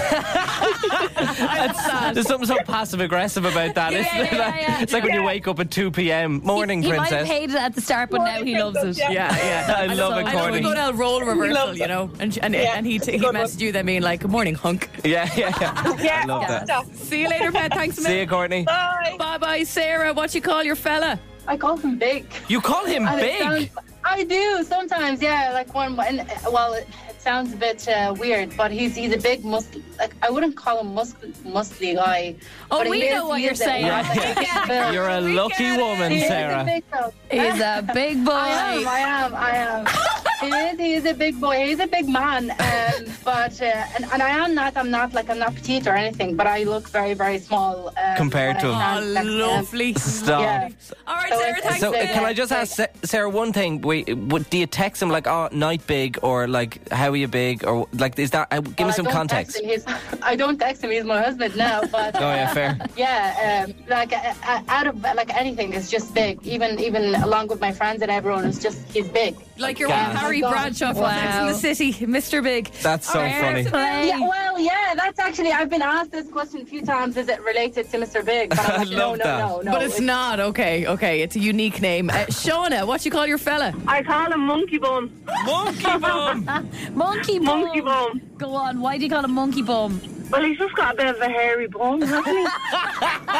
S4: There's something so passive aggressive about that,
S5: Yeah,
S4: not
S5: yeah,
S4: there?
S5: yeah,
S4: Like-
S5: yeah.
S4: It's like when you
S13: Yeah.
S4: wake up at 2 p.m. Morning,
S5: he, he might have
S4: princess.
S5: hated it at the start, but now
S13: Morning,
S5: he loves it.
S13: princess,
S3: Yeah, yeah.
S4: I love it,
S3: I know we
S4: Courtney.
S3: go down role reversal, you know, and and,
S13: Yeah,
S3: and he
S13: it's
S3: t-
S13: a
S3: he
S13: good one.
S3: messaged you then being like, "Good morning, hunk."
S4: yeah, yeah, yeah.
S13: yeah,
S4: I love that.
S13: stuff.
S3: See you later, pet. Thanks a
S4: See you,
S3: minute.
S4: Courtney.
S13: Bye.
S3: Bye, bye, Sarah. What you call your fella?
S14: I call him big.
S4: You call him
S14: And it
S4: big.
S14: sounds- I do sometimes, yeah. Like one, and, uh, well, it, it sounds a bit uh, weird, but he's he's a big muscle. Like I wouldn't call him muscle muscly guy.
S5: Oh,
S14: but
S5: we
S14: he is-
S5: know what
S14: he
S5: you're
S14: is a-
S5: saying.
S4: Yeah,
S14: like,
S4: yeah.
S14: he's a big-
S4: You're a lucky woman,
S14: he is a
S4: Sarah.
S14: big fella.
S5: He's a big boy.
S14: I am, I am, I am. he is, he is a big boy. He's a big man. Um, but uh, and, and I am not. I'm not like I'm not petite or anything. But I look very, very small um,
S4: Compared
S14: when
S4: to
S14: I
S4: him.
S3: Oh,
S14: stand next to him.
S3: lovely.
S4: Stop.
S14: Yeah.
S3: All right,
S14: So
S3: Sarah.
S14: it's-
S3: Thanks.
S4: So
S14: Yeah.
S4: uh, can I just ask Sa- Sarah one thing? Wait, what, do you text him like, "Oh, night big," or like, "How are you big?" or like, is that? Uh, give
S14: Well,
S4: me
S14: Oh, I
S4: some
S14: don't
S4: context.
S14: text him, he's- I don't text him. He's my husband now. But
S4: Oh yeah, fair.
S14: yeah, um, like uh, uh, out of like anything, it's just big. Even even along with my friends and everyone, it's just he's big.
S3: Like your
S4: Gas.
S3: Harry
S14: Oh my God.
S3: Bradshaw from Sex and the City, Mr. Big.
S4: That's so funny.
S14: Yeah, well, yeah, that's actually, I've been asked this question a few times. Is it related to Mr. Big? But I'm like, no, no, no, no.
S3: But Oh, it's, not. Okay, okay. It's a unique name. Uh, Shauna, what you call your fella?
S11: I call him Monkey Bum.
S4: Monkey Bum!
S5: monkey bum.
S11: Monkey bum.
S5: Go on. Why do you call him monkey bum?
S11: Well, he's just got a bit of a hairy bum, hasn't he?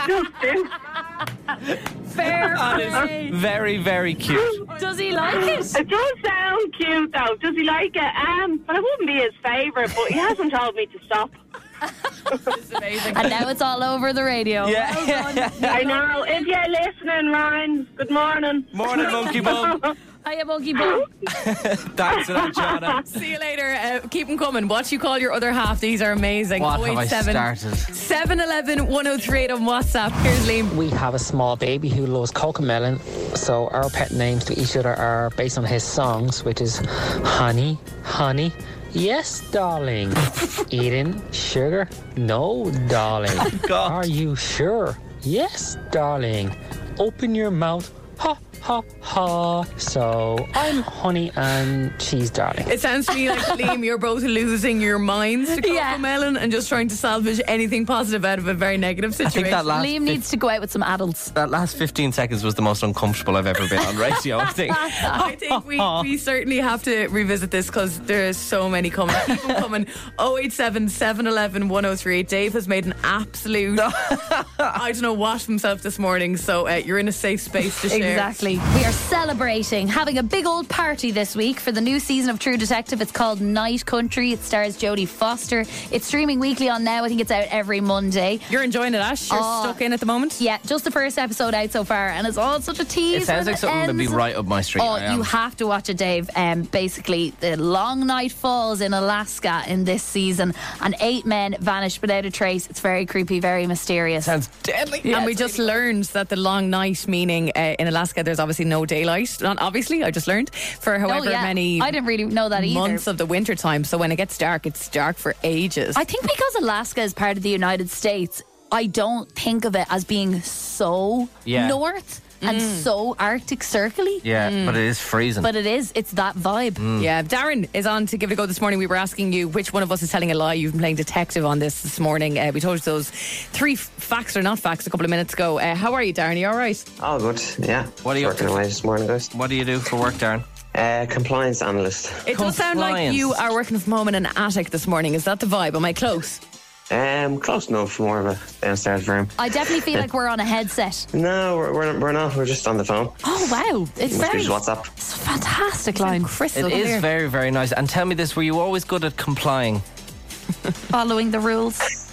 S11: just do.
S5: Fair
S4: That
S5: play.
S4: is very, very cute.
S5: Does he like it?
S11: It does sound cute, though. Does he like it? Um, but it wouldn't be his favourite, but he hasn't told me to stop.
S5: And now it's all over the radio.
S4: Yeah.
S5: Well done.
S11: I
S13: Oh,
S11: know. If you're listening, Ryan, good morning.
S4: Morning, Monkey Bum.
S5: Hiya, monkey bum.
S4: Thanks for that, Shauna.
S3: See you later. Uh, keep them coming. What you call your other half? These are amazing.
S4: What have I
S3: 087
S4: started?
S3: 711 1038 on WhatsApp. Here's Liam.
S16: We have a small baby who loves Cocomelon, so our pet names to each other are based on his songs, which is Honey, Honey, Yes, darling. Eden, Sugar, No, darling.
S4: Oh,
S16: Are you sure? Yes, darling. Open your mouth. Ha, ha, ha. So I'm Honey and she's darling.
S3: It sounds to me like Liam, you're both losing your minds to Coco Melon and just trying to salvage anything positive out of a very negative
S4: I
S3: situation.
S4: think that last,
S5: Liam needs to go out with some adults.
S4: that last 15 seconds was the most uncomfortable I've ever been on radio, I think.
S3: I think we, we certainly have to revisit this because there is so many coming. Keep 'em coming. 087 711 1038. Dave has made an absolute. I don't know what himself this morning, so uh, you're in a safe space to share.
S5: Exactly. We are celebrating, having a big old party this week for the new season of True Detective. It's called Night Country. It stars Jodie Foster. It's streaming weekly on now. I think it's out every Monday.
S3: You're enjoying it, Ash. You're
S5: Oh.
S3: stuck in at the moment.
S5: Yeah, just the first episode out so far, and it's all such a tease.
S4: It sounds
S5: when
S4: like something that'd be
S5: ends.
S4: right up my street. I
S5: Oh,
S4: am.
S5: you have to watch it, Dave. Um, basically, the long night falls in Alaska in this season, and eight men vanish without a trace. It's very creepy, very mysterious.
S4: sounds deadly.
S3: and we just learned that the long night, meaning uh, in Alaska, there's obviously no daylight. Not obviously, I just learned for
S5: Oh,
S3: however
S5: yeah.
S3: many
S5: I didn't really know that either.
S3: months of the winter time. So when it gets dark, it's dark for ages.
S5: I think because Alaska is part of the United States, I don't think of it as being so
S4: Yeah.
S5: north and
S3: Mm.
S5: so Arctic circly.
S4: Yeah, but it is freezing.
S5: But it is, it's that vibe.
S4: Mm.
S3: Yeah, Darren is on to give it a go this morning. We were asking you which one of us is telling a lie. You've been playing detective on this this morning. Uh, we told you those three f- facts or not facts a couple of minutes ago. Uh, how are you, Darren? Are you all right?
S17: All good. Yeah.
S4: What are you up
S17: working
S4: to?
S17: away this morning, guys?
S4: what do you do for work, Darren?
S17: Uh, compliance analyst.
S3: It does sound like
S4: Compliance.
S3: you are working from home in an attic this morning. Is that the vibe? Am I close?
S17: Um, close enough, more of a downstairs room.
S5: I definitely feel like we're on a headset.
S17: No, we're, we're, we're not. We're just on the phone.
S5: Oh, wow. It's
S17: Must
S5: very
S17: use WhatsApp.
S5: it's a fantastic line.
S3: Crystal
S4: It is
S3: clear.
S4: very, very nice. And tell me this were you always good at complying?
S5: Following the rules.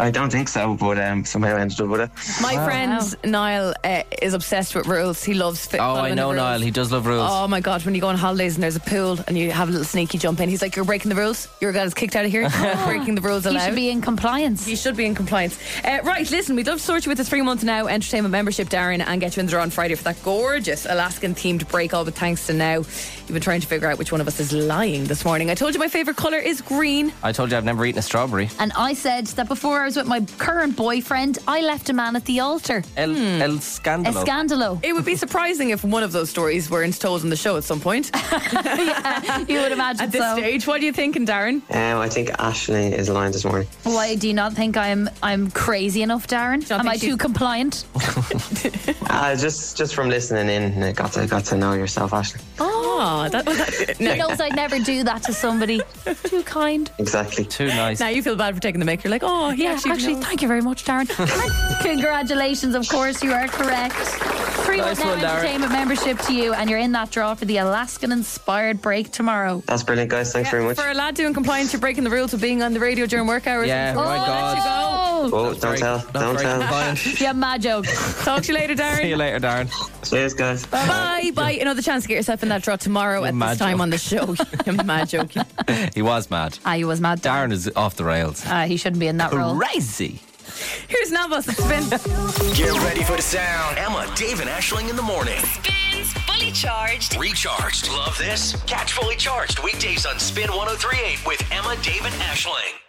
S17: I don't think so, but um, somehow I ended up with it.
S3: My friend Niall uh, is obsessed with rules. He loves fit.
S4: Oh, I
S3: following the
S4: know,
S3: rules.
S4: Niall. He does love rules.
S3: Oh my god, when you go on holidays and there's a pool and you have a little sneaky jump in, he's like, You're breaking the rules. Your guy's kicked out of here. You're breaking the rules
S5: You
S3: allowed.
S5: should be in compliance.
S3: You should be in compliance. Uh, right, listen, we'd love to sort you with a three month now entertainment membership, Darren, and get you in there on Friday for that gorgeous Alaskan themed break. All but thanks to now, you've been trying to figure out which one of us is lying this morning. I told you my favourite colour is green.
S4: I told you I've never eaten a strawberry.
S5: And I said that before I was with my current boyfriend, I left a man at the altar.
S4: El, el Scandalo.
S5: Escandalo.
S3: It would be surprising if one of those stories weren't told on the show at some point.
S5: you would imagine
S3: at this
S5: so.
S3: stage, what are you thinking, Darren?
S17: Um, I think Ashley is lying this morning.
S5: Why do you not think I'm I'm crazy enough, Darren?
S3: don't
S5: Am
S3: think
S5: I
S3: she's-
S5: too compliant?
S17: Uh, just just from listening in, I got to got to know yourself, Ashley.
S3: Oh, that was that.
S5: He
S3: No.
S5: knows I'd never do that to somebody. too kind.
S17: Exactly.
S4: Too nice.
S3: Now you feel bad for taking the mic. You're like, oh, he
S5: Yeah,
S3: actually,
S5: actually,
S3: knows.
S5: thank you very much, Darren. Congratulations, of course, you are correct. Free
S4: Nice
S5: Now
S4: one, Darren.
S5: entertainment membership to you, and you're in that draw for the Alaskan inspired break tomorrow.
S17: That's brilliant, guys. Thanks very much.
S3: For a lad doing compliance, you're breaking the rules of being on the radio during work hours.
S4: Yeah, my God.
S5: Oh,
S17: Oh, don't
S4: Very-
S17: tell.
S4: not
S17: Don't
S4: very
S17: tell.
S4: compliant.
S5: yeah, mad joke.
S3: Talk to you later, Darren.
S4: See you later, Darren.
S17: Cheers, guys.
S3: Bye, bye. Another chance to get yourself in that draw tomorrow at
S4: mad
S3: this time
S4: joke.
S3: on the show. You're mad joking.
S4: He was mad.
S5: Ah, he was mad.
S4: Darren is off the rails.
S5: Ah, he shouldn't be in that role.
S4: Crazy.
S3: Here's Navas. It's been.
S1: Get ready for the sound. Emma, Dave, and Ashling in the morning.
S15: Spins Fully Charged.
S1: oh Recharged. Love this? Catch fully charged weekdays on Spin 1038 with Emma, Dave, and Ashling.